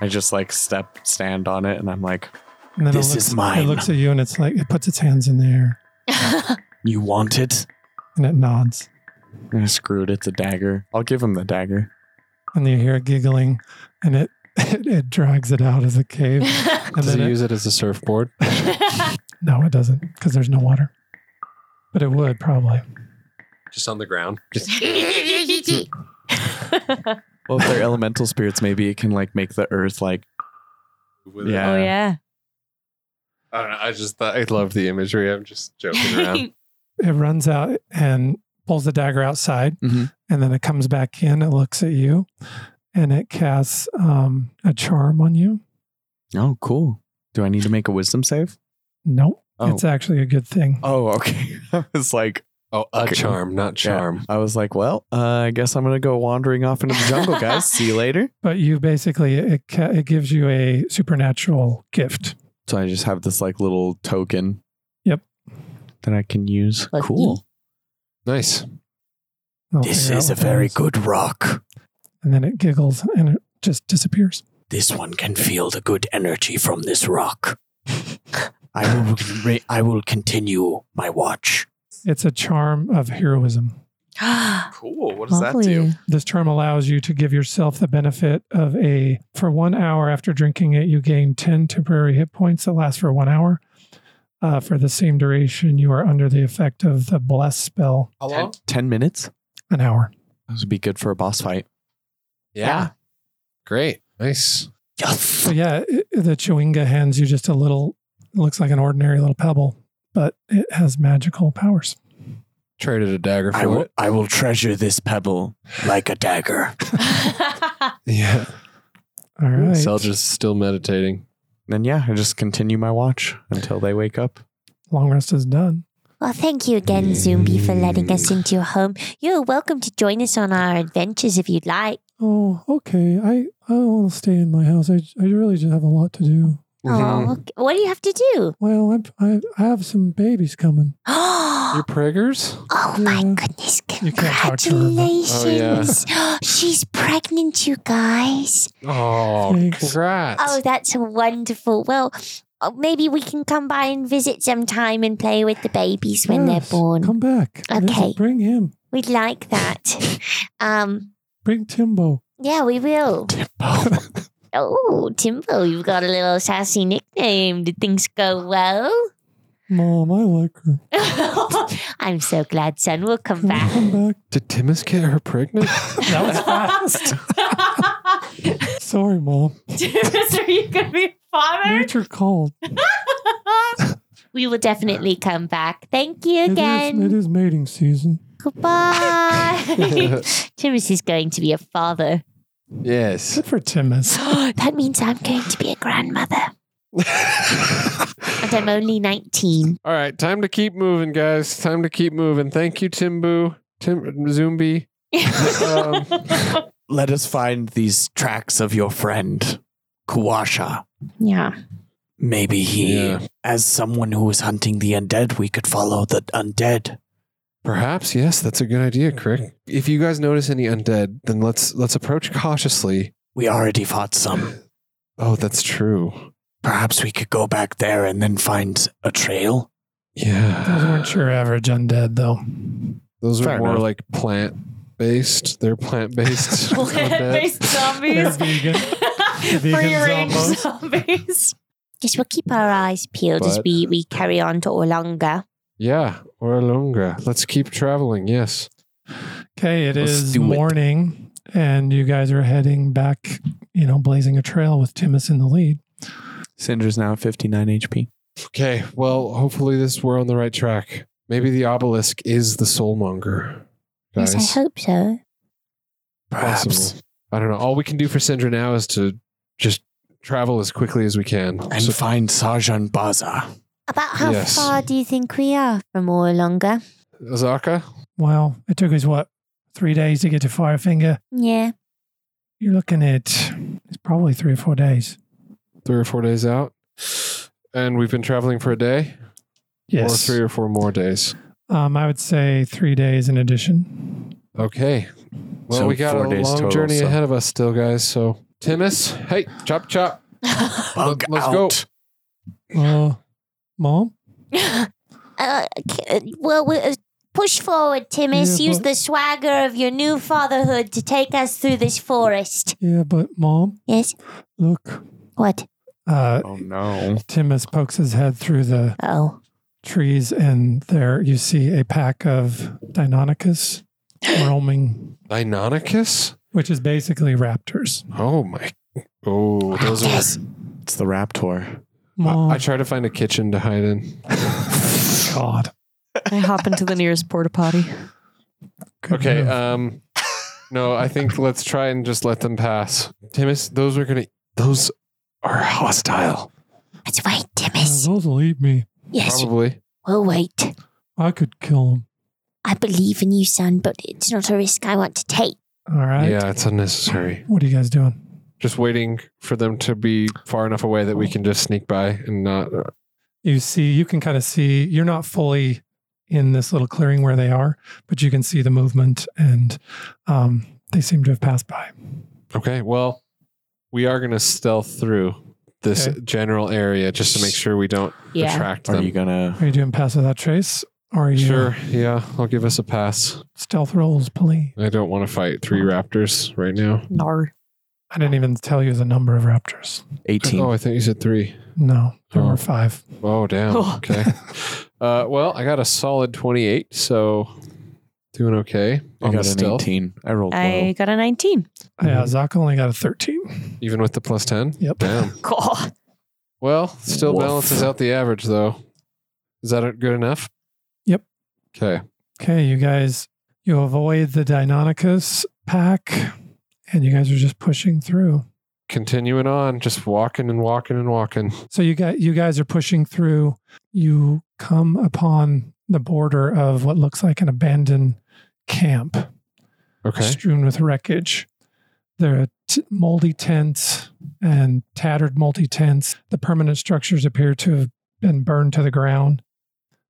I just like step, stand on it, and I'm like, And then This it looks, is mine. It looks at you and it's like it puts its hands in the air You want it? and it nods. "Eh, screw it, it's a dagger. I'll give him the dagger. And you hear it giggling and it it, it drags it out of the cave. And Does then he it, use it as a surfboard? no, it doesn't because there's no water. But it would probably. Just on the ground. Well, if they're elemental spirits, maybe it can like make the earth like yeah. Oh yeah. I don't know. I just thought I loved the imagery. I'm just joking around. It runs out and pulls the dagger outside Mm-hmm. Mhm. and then it comes back in. It looks at you and it casts um, a charm on you. Oh, cool. Do I need to make a wisdom save? Nope. Oh. It's actually a good thing. Oh, okay. I was like, oh, a Okay. charm, not charm. I was like, well, uh, I guess I'm gonna go wandering off into the jungle, guys. See you later. But you basically, it, ca- it gives you a supernatural gift. So I just have this like little token. Yep. That I can use. Lucky. Cool. Nice. I'll This figure out is a what that very good rock. And then it giggles and it just disappears. This one can feel the good energy from this rock. I will, re- I will continue my watch. It's a charm of heroism. Cool. What This charm allows you to give yourself the benefit of a, for one hour after drinking it, you gain 10 temporary hit points that last for one hour. Uh, for the same duration, you are under the effect of the bless spell, How Ten, ten minutes. an hour. This would be good for a boss fight. Yeah. Great. Nice. So, yeah, it, the Chewinga hands you just a little, looks like an ordinary little pebble, but it has magical powers. Traded a dagger for I will, it. I will treasure this pebble like a dagger. Yeah. All right. Selja's is still meditating. Then yeah, I just continue my watch until they wake up. Long rest is done. Well, thank you again, Zumbi, for letting us into your home. You're welcome to join us on our adventures if you'd like. Oh, okay. I I want to stay in my house. I, I really just have a lot to do. Mm-hmm. Oh, okay. what do you have to do? Well, I, I I have some babies coming. Your preggers? Oh my goodness, mm-hmm. You can't talk to her, but- congratulations. She's pregnant, you guys. Oh, congrats. Oh, that's wonderful. Well, uh, maybe we can come by and visit sometime and play with the babies when Yes, they're born. Come back. Visit. Okay. Bring him. We'd like that. um, Bring Timbo. yeah, we will. Oh, Timbo, you've got a little sassy nickname. Did things go well? Mom, I like her. I'm so glad, son. We'll come Can we back. come back? Did Timus get her pregnant? That was fast. Sorry, Mom. Timus, are you gonna be a father? Nature called. We will definitely come back. Thank you It is, it again. is mating season. Goodbye. Timus is going to be a father. yes. Good for Timus. that means I'm going to be a grandmother. and I'm only 19. All right, time to keep moving, guys. Time to keep moving. Thank you, Timbu, Tim Zumbi. um, Let us find these tracks of your friend, Kuasha. Yeah. Maybe he, Yeah. as someone who is hunting the undead, we could follow the undead. Perhaps, yes, that's a good idea, Crick. If you guys notice any undead, then let's let's approach cautiously. We already fought some. Oh, that's true. Perhaps we could go back there and then find a trail. Those Yeah. weren't your average undead, though. Those were Fair more enough. like plant based. They're plant based. Plant-based They're zombies. vegan. Vegan Free-range zombos. zombies. Guess we'll keep our eyes peeled as But- we, we carry on to Orlanga. Yeah, or longer. Let's keep traveling, yes. Okay, it Let's is do it. morning, and you guys are heading back, you know, blazing a trail with Timus in the lead. Cinder's now at 59 HP. Okay, well, hopefully this we're on the right track. Maybe the obelisk is the soulmonger. Guys. Yes, I hope so. Perhaps. Possible. I don't know. All we can do for Sindra now is to just travel as quickly as we can. And So- find Sarjan Baza. About how Yes. far do you think we are from Orlanga? Azaka? Well, it took us what three days to get to Firefinger. Yeah. You're looking at it's probably three or four days. Three or four days out. And we've been traveling for a day? Yes, Or three or four more days. um, I would say three days in addition. Okay. Well, So we got a four long days total, journey so- ahead of us still, guys. So, Timus, hey, chop, chop. Bug let's out. go. Uh, Mom, Uh, c- uh, well, we- uh, push forward, Timus. Yeah, Use but- the swagger of your new fatherhood to take us through this forest. yeah, but Mom, Yes. look. What? Uh, Oh, no. Timus pokes his head through the Oh. trees, and there you see a pack of Deinonychus roaming, Deinonychus? which is basically raptors. Oh, my. Oh, those are. Yes. It's the Raptor. Mom, I, I tried to find a kitchen to hide in. God. I hop into the nearest porta potty. Good Okay. move. Um, no, I think let's try and just let them pass. Timus, those are gonna. Those are hostile. That's right, Yeah, Timus. those will eat me. Yes, Probably. we'll wait. I could kill them. I believe in you, son, but it's not a risk I want to take. All right. Yeah, it's unnecessary. What are you guys doing? Just waiting for them to be far enough away that we can just sneak by and not. uh, You see, you can kind of see, you're not fully in this little clearing where they are, but you can see the movement and um, they seem to have passed by. Okay. Well, we are gonna stealth through this Okay. general area just to make sure we don't Yeah. attract Are them. you going to. Are you doing pass without trace? Or are you Sure. Yeah, I'll give us a pass. stealth rolls, please? I don't want to fight three raptors right now. Nar. I didn't even tell you the number of raptors. 18. Oh, I think you said three. No, there Oh. were five. Oh damn. Oh. Okay. uh, well, I got a solid twenty-eight, so doing okay I on the got an stealth, 18. I rolled I got a 19. Yeah, Zach only got a 13. even with the plus ten. Yep. Damn. Cool. Well, still Woof. balances out the average though. Is that good enough? Yep. Okay. Okay, you guys, you avoid the Deinonychus pack and you guys are just pushing through. Continuing on, just walking and walking and walking. So you guys, you guys are pushing through. You come upon the border of what looks like an abandoned camp, Okay. strewn with wreckage. There are t- moldy tents and tattered multi tents. The permanent structures appear to have been burned to the ground.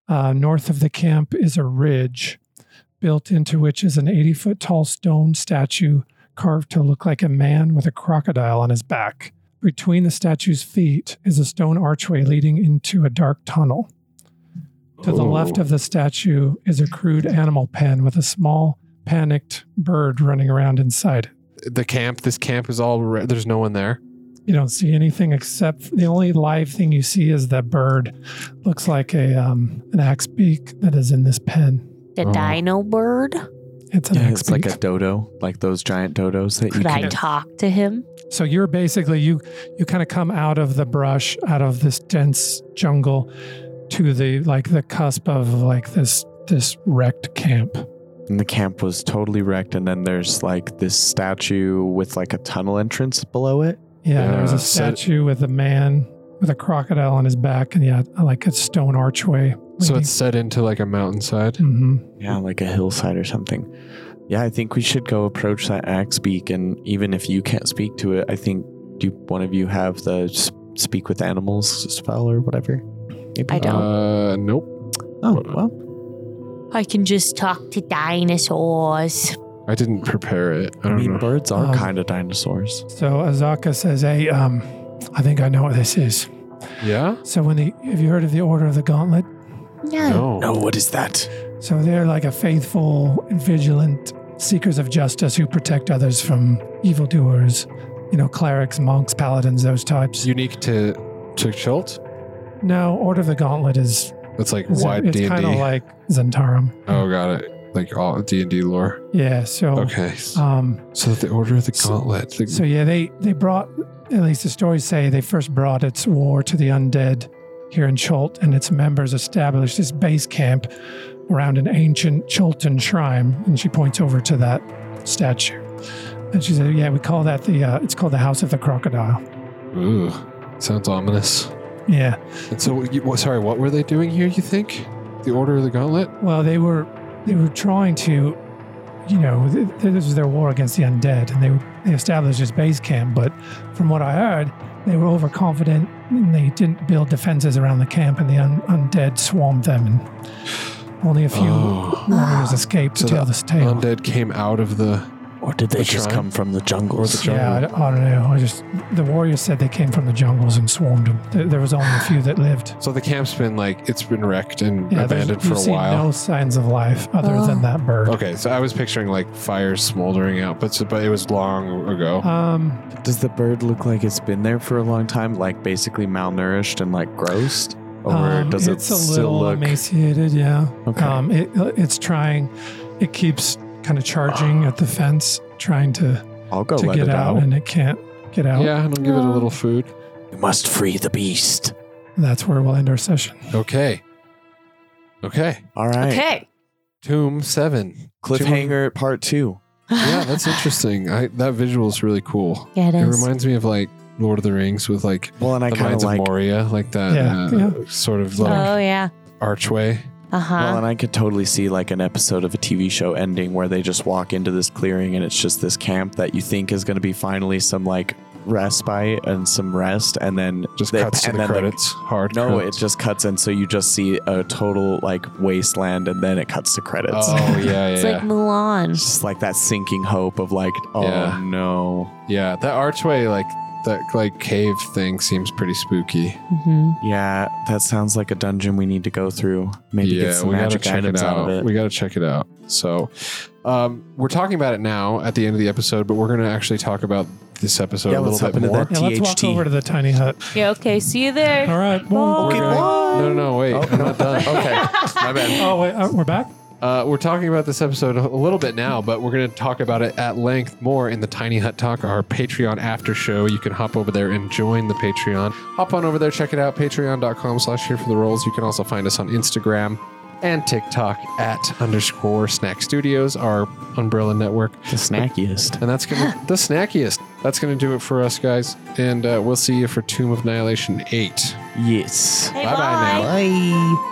Uh, north of the camp is a ridge built into which is an 80 foot tall stone statue carved to look like a man with a crocodile on his back. Between the statue's feet is a stone archway leading into a dark tunnel. To the left Oh. of the statue is a crude animal pen with a small, panicked bird running around inside. The camp, this camp is all red. There's no one there. You don't see anything except the only live thing you see is that bird. Looks like a um, an axe beak that is in this pen. The Oh. dino bird. It's an Yeah, axe it's like beak. a dodo, like those giant dodos that you Could I can. talk to him? So you're basically you you kind of come out of the brush, out of this dense jungle, to the like the cusp of like this this wrecked camp. And the camp was totally wrecked, and then there's like this statue with like a tunnel entrance below it. Yeah, there was Yeah, a so- statue with a man with a crocodile on his back, and yeah, like a stone archway. So it's set into like a mountainside. hmm Yeah, like a hillside or something. Yeah, I think we should go approach that axe beak, and even if you can't speak to it, I think do one of you have the s- speak with animals spell or whatever? Maybe. I don't. Uh, nope. Oh well, I can just talk to dinosaurs. I didn't prepare it. I I don't mean know. birds are Um, kind of dinosaurs. So Azaka says, "Hey, um, I think I know what this is. Yeah. So when the have you heard of the Order of the Gauntlet? No. No. No, what is that? So they're like a faithful and vigilant seekers of justice who protect others from evildoers. You know, clerics, monks, paladins, those types. Unique to to Chult. No, Order of the Gauntlet is, That's like is wide it's D and kind of D. like Zentarum. Oh, got it. Like all D and D lore. Yeah. So. Okay. Um, So the Order of the So- Gauntlet. the- so yeah, they they brought at least the stories say they first brought its war to the undead here in Chult, and its members established this base camp around an ancient Chultan shrine. And she points over to that statue, and she said, "Yeah, we call that the uh, it's called the House of the Crocodile." Ooh, sounds ominous. Yeah. And so, you, well, sorry, what were they doing here? You think the Order of the Gauntlet? Well, they were they were trying to, you know, th- th- this was their war against the undead, and they were- they established this base camp. But from what I heard, they were overconfident and they didn't build defenses around the camp, and the un- undead swarmed them, and only a few Oh. warriors escaped to So tell the this tale. Undead came out of the. Or did they The just shrine? come from the Or the jungles? yeah, I, jungle. d- I don't know. I just the warriors said they came from the jungles and swarmed them. There, there was only a few that lived. So the camp's been like it's been wrecked and Yeah, there's- abandoned for you've a seen while. no signs of life other than that bird. Okay, so I was picturing like fire smoldering out, but so, but it was long ago. Um, Does the bird look like it's been there for a long time, like basically malnourished and like grossed, or Um, does it it's a still little look? emaciated? Yeah. Okay. Um, it it's trying. It keeps kind of charging at the fence, trying to I'll go to Ah. let get it out, out. and it can't get out. yeah, and I'll give it a Uh. little food. We must free the beast. That's where we'll end our session. Okay. Okay. All right. Okay. Tomb seven. Cliffhanger part two. Yeah, that's interesting. I that visual is really cool. Yeah, it It is. reminds me of like Lord of the Rings with like Well, and I the kind of Mines like. of Moria, like that Yeah, uh, sort of like Oh yeah. archway. Uh Well, huh. and I could totally see like an episode of a TV show ending where they just walk into this clearing and it's just this camp that you think is going to be finally some like respite and some rest, and then Just they- cuts to and the then the- credits. hard. no, credits. it just cuts in, so you just see a total like wasteland, and then it cuts to credits. Oh yeah, yeah, It's yeah. like Mulan. It's just like that sinking hope of like, oh Yeah. no, yeah. That archway, like that, like cave thing, seems pretty spooky. Mm-hmm. yeah, that sounds like a dungeon we need to go through. Maybe yeah, get some we gotta magic check it items out. out. of We it. gotta check it out. So, um, we're talking about it now at the end of the episode, but we're gonna actually talk about this episode Yeah, a little let's hop bit into more. that. Yeah, let's walk THT. over to the tiny hut. Yeah. Okay. See you there. All right. Bye. Boom. Okay, No, no, no, wait, I'm not done. Okay, my bad. Oh wait, uh, we're back. Uh, we're talking about this episode a little bit now, but we're going to talk about it at length more in the Tiny Hut Talk, our Patreon after show. You can hop over there and join the Patreon. Hop on over there, check it out, patreon.com slash here for the rolls. You can also find us on Instagram and TikTok at underscore snack studios, our umbrella network. The snackiest. And that's going to, the snackiest. That's going to do it for us, guys. And uh, we'll see you for Tomb of Annihilation 8. Yes. Hey, Bye-bye now. Bye.